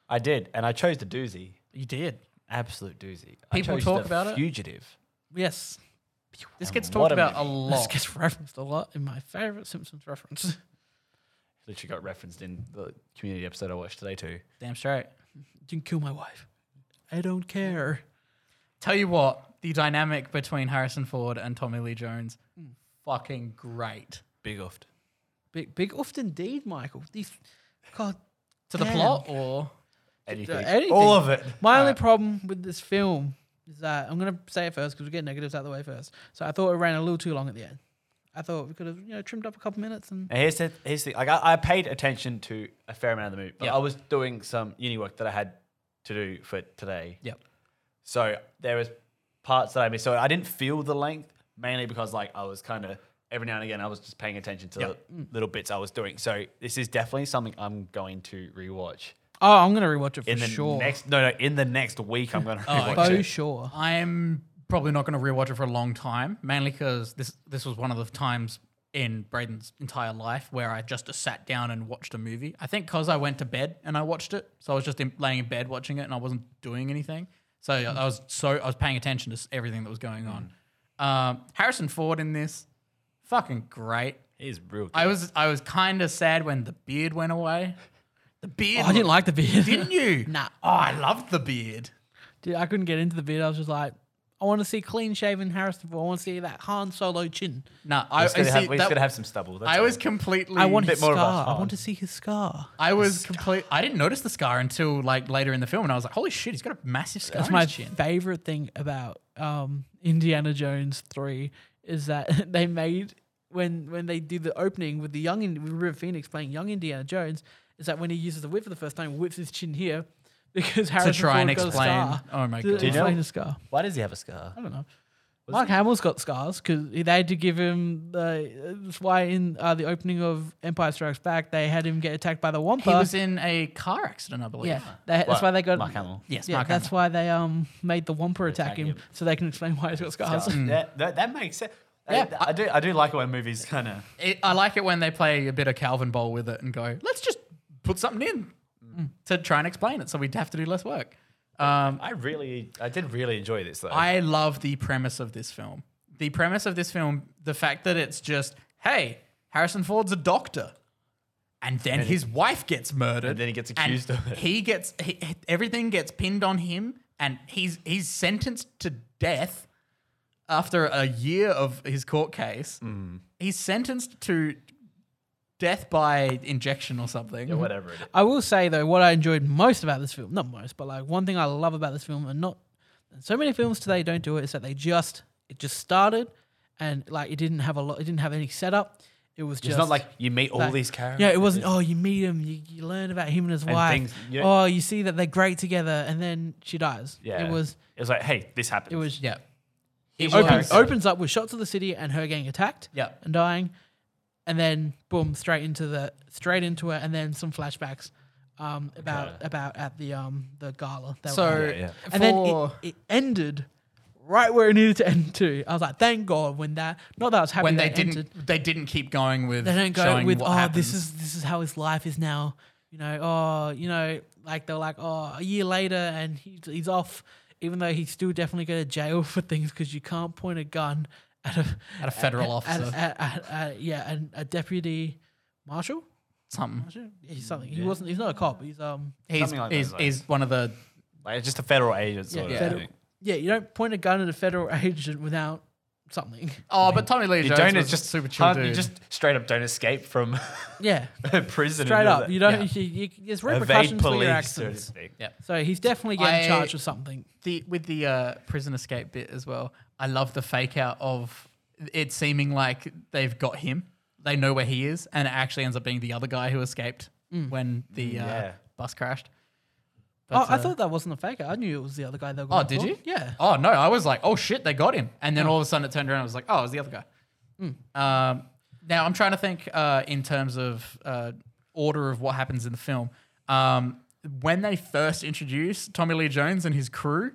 S2: I did, and I chose the doozy.
S3: You did.
S2: Absolute doozy.
S3: People
S2: I chose
S3: talk
S2: the
S3: about it?
S2: Fugitive.
S1: Yes,
S3: This
S2: And
S3: gets
S2: what
S3: talked
S2: a
S3: about a
S2: movie.
S1: This
S3: lot.
S1: gets referenced a lot in my favorite Simpsons reference.
S2: Literally got referenced in the community episode I watched today too.
S3: Damn straight.
S1: you can kill my wife. I don't care.
S3: Tell you what, the dynamic between Harrison Ford and Tommy Lee Jones, fucking great.
S2: Big oft.
S1: Big, big, oft indeed, Michael. These, God,
S3: To the
S1: Damn.
S3: plot, or Uh,
S2: Anything.
S1: anything.
S2: All of it.
S1: my only problem with this film is that I'm gonna say it first because we get negatives out of the way first. So I thought it ran a little too long at the end. I thought we could have, you know, trimmed up a couple minutes and
S2: Now, here's the here's the like I, I paid attention to a fair amount of the movie, but
S3: Yeah.
S2: I was doing some uni work that I had to do for today.
S3: yep,
S2: So there was parts that I missed. So I didn't feel the length mainly because like I was kind of every now and again I was just paying attention to the little bits I was doing. So this is definitely something I'm going to rewatch
S1: oh, I'm gonna rewatch it for
S2: in the
S1: sure, Oh,
S2: next no no in the next week I'm going to rewatch
S1: for
S2: it.
S1: sure.
S3: I'm probably not going to rewatch it for a long time, mainly because this this was one of the times in Braden's entire life where I just uh, sat down and watched a movie. I think because I went to bed and I watched it, so I was just in, laying in bed watching it and I wasn't doing anything. So I- I was so I was paying attention to s- everything that was going on. Um, Harrison Ford in this, fucking great.
S2: He's real. Good.
S3: I was I was kind of sad when the beard went away. The beard.
S1: Oh, I didn't like the beard.
S3: Didn't you?
S1: Nah.
S3: Oh, I loved the beard.
S1: Dude, I couldn't get into the beard. I was just like, I want to see clean shaven Harrison Ford. I want to see that Han Solo chin.
S3: No, I, I
S2: We're just
S3: see.
S2: gonna have, we're just
S3: that,
S2: gonna have some stubble. That's
S3: I
S2: all.
S3: was completely.
S1: I want
S2: bit
S1: his
S2: more of a
S1: scar. I
S2: Han.
S1: want to see his scar.
S3: I was complete. I didn't notice the scar until like later in the film, and I was like, "Holy shit, he's got a massive scar
S1: That's
S3: on
S1: my
S3: his chin."
S1: favorite thing about um, Indiana Jones three is that they made when when they do the opening with the young in- with River Phoenix playing young Indiana Jones is that when he uses the whip for the first time, whips his chin here because Harrison
S3: try and
S1: Ford got
S3: explain-
S1: A scar
S3: oh my
S1: to
S3: God. Do
S2: you know-
S1: explain the scar.
S2: Why does he have a scar?
S1: I don't know. Mark Hamill's got scars because they had to give him the. That's why in uh, the opening of Empire Strikes Back, they had him get attacked by the Wampa.
S3: He was in a car accident, I believe.
S1: yeah, they, that's
S2: What?
S1: why they got
S2: Mark Hamill.
S3: Yes,
S1: yeah,
S3: Mark
S1: that's
S3: Hamill.
S1: why they um made the Wampa attack him,
S2: him.
S1: so they can explain why he's got scars.
S2: Yeah, that, that makes sense.
S3: Yeah.
S2: I, I do. I do like it when movies kind of.
S3: It, I like it when they play a bit of Calvin Bowl with it and go, "Let's just put something in to try and explain it, so we'd have to do less work." Um,
S2: I really, I did really enjoy this though.
S3: I love the premise of this film. The premise of this film, the fact that it's just, hey, Harrison Ford's a doctor. And then his wife gets murdered.
S2: And then he gets
S3: and
S2: accused of it.
S3: He gets he, he- everything gets pinned on him, and he's he's sentenced to death after a year of his court case.
S2: Hmm.
S3: He's sentenced to death by injection or something.
S2: whatever it is.
S1: I will say though, what I enjoyed most about this film, not most, but like one thing I love about this film, and not and so many films today don't do it, is that they just it just started, and like it didn't have a lot, it didn't have any setup. It was just
S2: It's not like you meet all
S1: Like,
S2: these characters.
S1: Yeah, it wasn't. Oh, you meet him, you, you learn about him and his wife.
S2: things- yeah.
S1: Oh, you see that they're great together, and then she dies.
S2: Yeah.
S1: it was.
S2: It was like, hey, this happened.
S1: It was.
S3: Yeah. It
S1: Opens,
S3: was-
S1: opens up with shots of the city and her getting attacked.
S3: Yeah.
S1: and dying, and then boom, straight into the straight into it, and then some flashbacks. Um, about about at the um the gala. That
S3: So
S1: we had.
S2: Yeah,
S3: for
S1: and then it, it ended right where it needed to end too. I was like, thank God when that not that I was happy
S3: when
S1: that
S3: they
S1: it
S3: didn't
S1: ended.
S3: they didn't keep going with
S1: They don't go
S3: showing
S1: with,
S3: what
S1: oh,
S3: happens.
S1: this is this is how his life is now. You know, oh, you know, like they're like, oh, a year later, and he's he's off even though he still definitely go to jail for things because you can't point a gun at a
S3: At a federal
S1: at,
S3: officer,
S1: at, at, at, yeah, and a deputy marshal.
S3: something.
S1: Marshal? He's something. He wasn't. He's not a cop. He's um.
S3: He's,
S2: Something like that,
S3: he's,
S2: like-
S3: he's one of the
S2: Like it's just a federal agent
S1: Yeah,
S2: sort of
S1: federal-
S2: thing.
S1: yeah. You don't point a gun at a federal agent without something.
S3: Oh, but Tommy Lee
S2: You
S3: Jones
S2: don't
S3: was
S2: it's
S3: just
S2: just
S3: super chill
S2: can't-
S3: dude.
S2: You just straight up don't escape from
S1: Yeah,
S2: prison. and
S1: straight
S2: do
S1: up.
S2: that.
S1: You don't. You, you, there's
S2: evade
S1: repercussions for
S2: police.
S1: your
S2: sort of
S1: actions.
S2: thing.
S3: Yeah.
S1: So he's definitely getting
S3: I-
S1: charged with something.
S3: the with the uh, prison escape bit as well. I love the fake out of it seeming like they've got him. They know where he is, and it actually ends up being the other guy who escaped when the uh,
S2: yeah.
S3: bus crashed.
S1: Oh,
S3: But,
S1: I
S3: uh,
S1: thought that wasn't a faker. I knew it was the other guy. They were
S3: Oh,
S1: gonna
S3: did
S1: pull.
S3: you?
S1: Yeah.
S3: Oh no, I was like, oh shit, they got him, and then all of a sudden it turned around. and I was like, oh, it was the other guy.
S1: Hmm.
S3: Um, now I'm trying to think uh, in terms of uh, order of what happens in the film. Um, when they first introduce Tommy Lee Jones and his crew,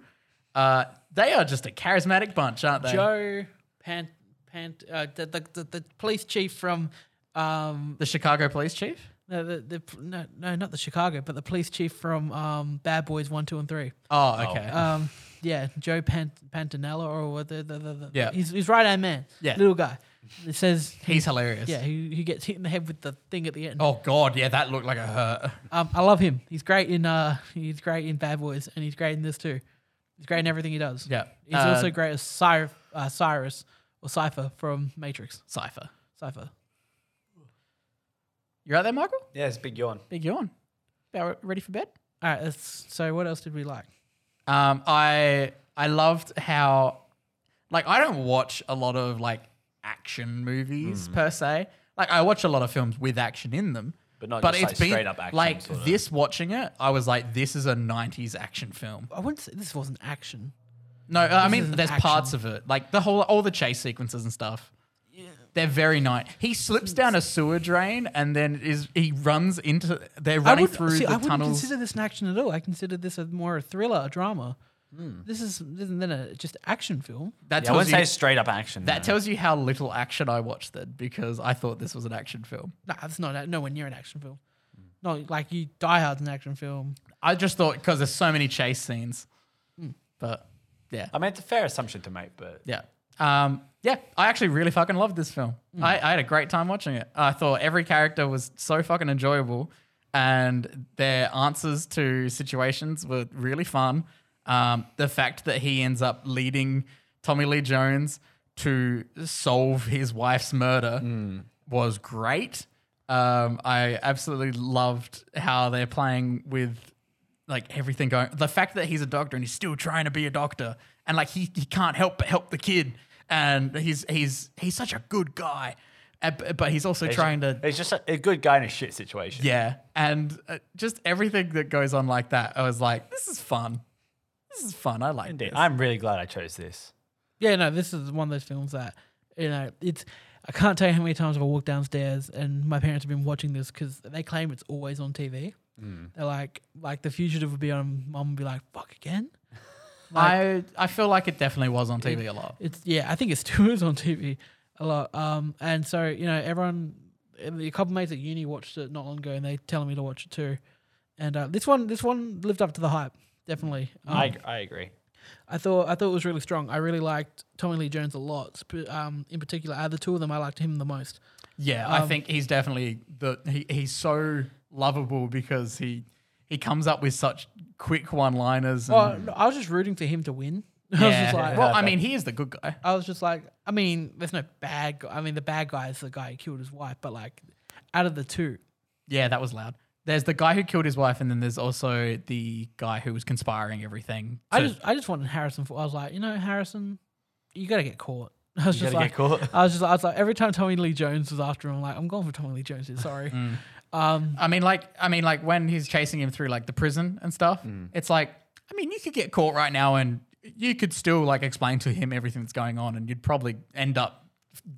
S3: uh, they are just a charismatic bunch, aren't they?
S1: Joe Pant Pant uh, the, the, the the police chief from um
S3: The Chicago police chief.
S1: no the, the no no not the Chicago but the police chief from um Bad Boys one two and three
S3: Oh, okay.
S1: um yeah Joe Pant Pantanella or what the, the, the, the
S3: Yeah.
S1: he's he's right hand man
S3: Yeah.
S1: little guy it says
S3: He's hilarious.
S1: yeah he, he gets hit in the head with the thing at the end
S3: Oh god, yeah, that looked like a hurt.
S1: um I love him he's great in uh he's great in Bad Boys and he's great in this too he's great in everything he does
S3: Yeah.
S1: he's
S3: Uh,
S1: also great as Cyrus uh, Cyrus or Cipher from Matrix
S3: Cipher.
S1: Cipher
S3: You right there, Michael?
S2: Yeah, it's a big yawn.
S3: Big yawn. About ready for bed?
S1: All right. That's, so what else did we like?
S3: Um, I I loved how, like, I don't watch a lot of like action
S2: Mm-hmm.
S3: movies per se. Like, I watch a lot of films with action in them,
S2: But not just,
S3: it's
S2: like, straight up action
S3: Like
S2: sort of.
S3: this, watching it, I was like, this is a '90s action film.
S1: I wouldn't say this wasn't action.
S3: No, uh, I mean,
S1: isn't
S3: there's parts of it, like the whole all the chase sequences and stuff. They're very nice. He slips down a sewer drain and then is he runs into. They're
S1: I
S3: running
S1: would
S3: through
S1: see,
S3: the
S1: I wouldn't
S3: tunnels.
S1: consider this an action at all. I consider this a more a thriller, a drama. This is this isn't then a just action film.
S3: that
S2: Yeah, I
S3: tells
S2: wouldn't say
S3: you,
S2: straight up action.
S3: that
S2: no.
S3: tells you how little action I watched then because I thought this was an action film.
S1: Nah, it's not a- nowhere near an action film. No, like you Die Hard's an action film.
S3: I just thought because there's so many chase scenes, but yeah,
S2: I mean, it's a fair assumption to make, but
S3: yeah, um, yeah. I actually really fucking loved this film. I, I had a great time watching it. I thought every character was so fucking enjoyable, and their answers to situations were really fun. Um, the fact that he ends up leading Tommy Lee Jones to solve his wife's murder was great. Um, I absolutely loved how they're playing with like everything going. The fact that he's a doctor and he's still trying to be a doctor, and like he, he can't help but help the kid, and he's he's he's such a good guy, Uh, b- but he's also trying to
S2: It's just a, a good guy in a shit situation.
S3: yeah, and uh, just everything that goes on like that. I was like, this is fun. This is fun. I like
S2: Indeed.
S3: this.
S2: I'm really glad I chose this.
S1: Yeah, no, this is one of those films that you know it's. I can't tell you how many times I've walked downstairs and my parents have been watching this because they claim it's always on TV. They're like, like the fugitive would be on. Mum would be like, "Fuck again."
S3: I I feel like it definitely was on TV a lot.
S1: It's yeah, I think it's still is on TV a lot. Um, and so you know, everyone, a couple mates at uni watched it not long ago, and they telling me to watch it too. And uh, this one, this one lived up to the hype, definitely.
S3: Mm.
S1: Um,
S2: I, I agree.
S1: I thought I thought it was really strong. I really liked Tommy Lee Jones a lot. sp- Um, in particular, out of the two of them, I liked him the most.
S3: Yeah, I think he's definitely the he, he's so lovable because he he comes up with such quick one-liners. And,
S2: Mm.
S1: Well, no, I was just rooting for him to win. I was
S3: yeah.
S1: just like,
S3: well, I mean, he is the good guy.
S1: I was just like, I mean, there's no bad. Guy. I mean, the bad guy is the guy who killed his wife, but like, out of the two,
S3: Yeah, that was loud. There's the guy who killed his wife, and then there's also the guy who was conspiring everything.
S1: I
S3: to-
S1: just I just wanted Harrison. For, I was like, you know, Harrison, you gotta get caught. I was
S2: You
S1: just
S2: gotta
S1: like,
S2: get caught.
S1: I was just, I was like, every time Tommy Lee Jones was after him, I'm like, I'm going for Tommy Lee Jones. Here, sorry.
S2: Mm.
S3: I mean, like, I mean, like when he's chasing him through like the prison and stuff.
S1: Mm.
S3: It's like, I mean, you could get caught right now, and you could still like explain to him everything that's going on, and you'd probably end up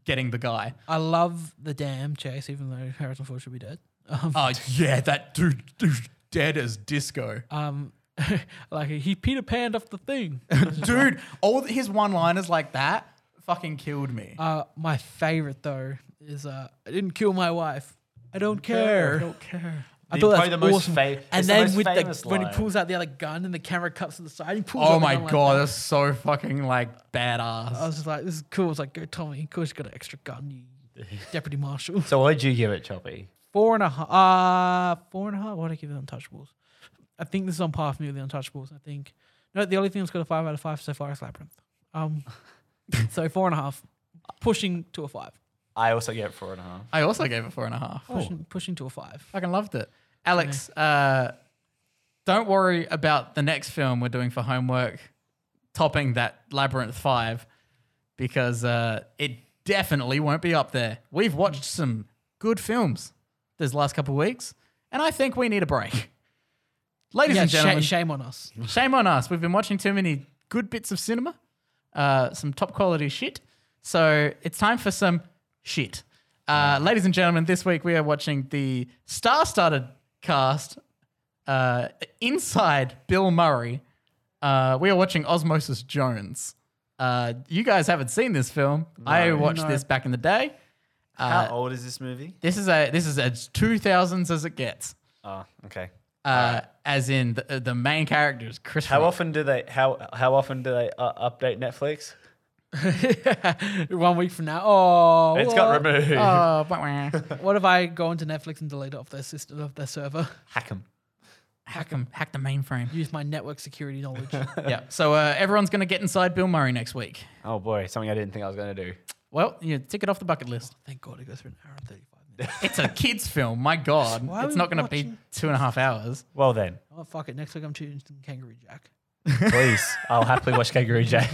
S3: getting the guy.
S1: I love the damn chase, even though Harrison Ford should be dead. Um,
S3: Oh yeah, that dude, dude dead as disco.
S1: um, like he Peter Pan off the thing.
S3: dude, all his one-liners like that fucking killed me.
S1: uh, my favorite though is uh, I didn't kill my wife. I don't care.
S3: care.
S1: I
S2: The-
S1: thought that's
S2: probably the most
S1: awesome.
S2: fa-
S1: and
S2: it's the
S1: then
S2: most
S1: with
S2: famous
S1: the, when he
S2: line.
S1: pulls out the other gun and the camera cuts to the side, he pulls. out
S3: Oh
S1: the
S3: my
S1: gun like
S3: god,
S1: that.
S3: that's so fucking like badass.
S1: I was just like, this is cool. It's like, go Tommy. Of course, you got an extra gun, you deputy marshal.
S2: So what'd you give it, Choppy?
S1: Four and a half. Uh, four and a half. What did I give the Untouchables? I think this is on par for me with the Untouchables. I think. No, the only thing that's got a five out of five so far is Labyrinth. Um, so four and a half, pushing to a five,
S2: I also gave it four and a half.
S3: I also gave it four and a
S2: Oh.
S3: half.
S1: pushing, pushing to a five.
S3: Fucking loved it. Alex, uh, don't worry about the next film we're doing for homework topping that Labyrinth 5 because uh, it definitely won't be up there. We've watched some good films this last couple of weeks, and I think we need a break. Ladies
S1: Yeah,
S3: and
S1: sh-
S3: gentlemen,
S1: shame on us.
S3: Shame on us. We've been watching too many good bits of cinema, uh, some top quality shit. So it's time for some shit. Uh, ladies and gentlemen, this week we are watching the star studded cast uh, inside Bill Murray. Uh, we are watching Osmosis Jones. Uh, you guys haven't seen this film. I watched
S1: No.
S3: this back in the day. Uh,
S2: How old is this movie?
S3: This is a this is as two thousands as it gets.
S2: Oh, okay.
S3: Uh, As in the, the main character is Chris.
S2: How
S3: Rock.
S2: often do they how how often do they uh, update Netflix?
S1: One week from now. Oh,
S2: It's
S1: what?
S2: got removed.
S3: Oh, wah, wah.
S1: What if I go onto Netflix and delete it off their system, off their server?
S2: Hack 'em.
S3: hack them, hack the mainframe.
S1: Use my network security knowledge.
S3: yeah. So uh, everyone's going to get inside Bill Murray next week.
S2: Oh boy, something I didn't think I was gonna do.
S3: Well, you tick it off the bucket list.
S1: Thank God it goes for an hour and thirty-five minutes.
S3: It's a kids' film. My God,
S1: Why are
S3: it's
S1: we
S3: not going to be
S1: watching-
S3: two and a half hours.
S2: Well then,
S1: Oh fuck it! Next week I'm choosing Kangaroo Jack.
S2: please, I'll happily watch Kangaroo Jack.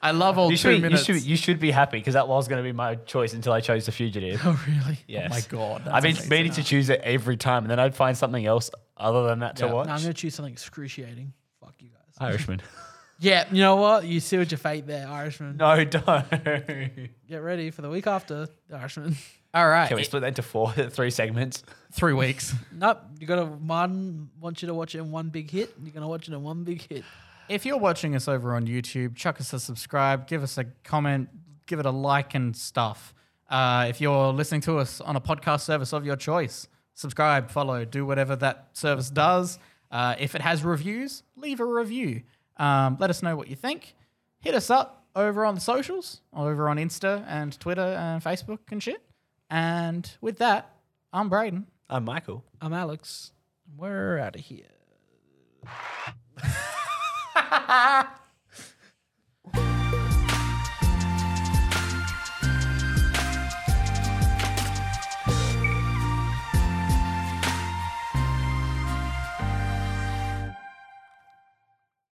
S3: I love old
S2: You
S3: two
S2: should, you
S3: minutes.
S2: should you should be happy because that was gonna be my choice until I chose The Fugitive.
S1: Oh really?
S2: Yes.
S3: my God,
S2: I've been
S3: that's amazing.
S2: meaning to choose it every time, and then I'd find something else other than that to
S3: Yeah.
S1: No, I'm
S2: watch.
S1: gonna choose something excruciating. Fuck you guys.
S2: Irishman.
S1: Yeah, you know what? You sealed your fate there, Irishman.
S2: no, don't.
S1: Get ready for the week after, Irishman.
S3: All right,
S2: Can we split that into four, three segments?
S3: three weeks.
S1: nope, you gotta. Martin wants you to watch it in one big hit. You're gonna watch it in one big hit.
S3: If you're watching us over on YouTube, chuck us a subscribe, give us a comment, give it a like and stuff. Uh, if you're listening to us on a podcast service of your choice, subscribe, follow, do whatever that service does. Uh, if it has reviews, leave a review. Um, let us know what you think. Hit us up over on the socials, over on Insta and Twitter and Facebook and shit. And with that, I'm Braden.
S2: I'm Michael.
S1: I'm Alex. We're out of here.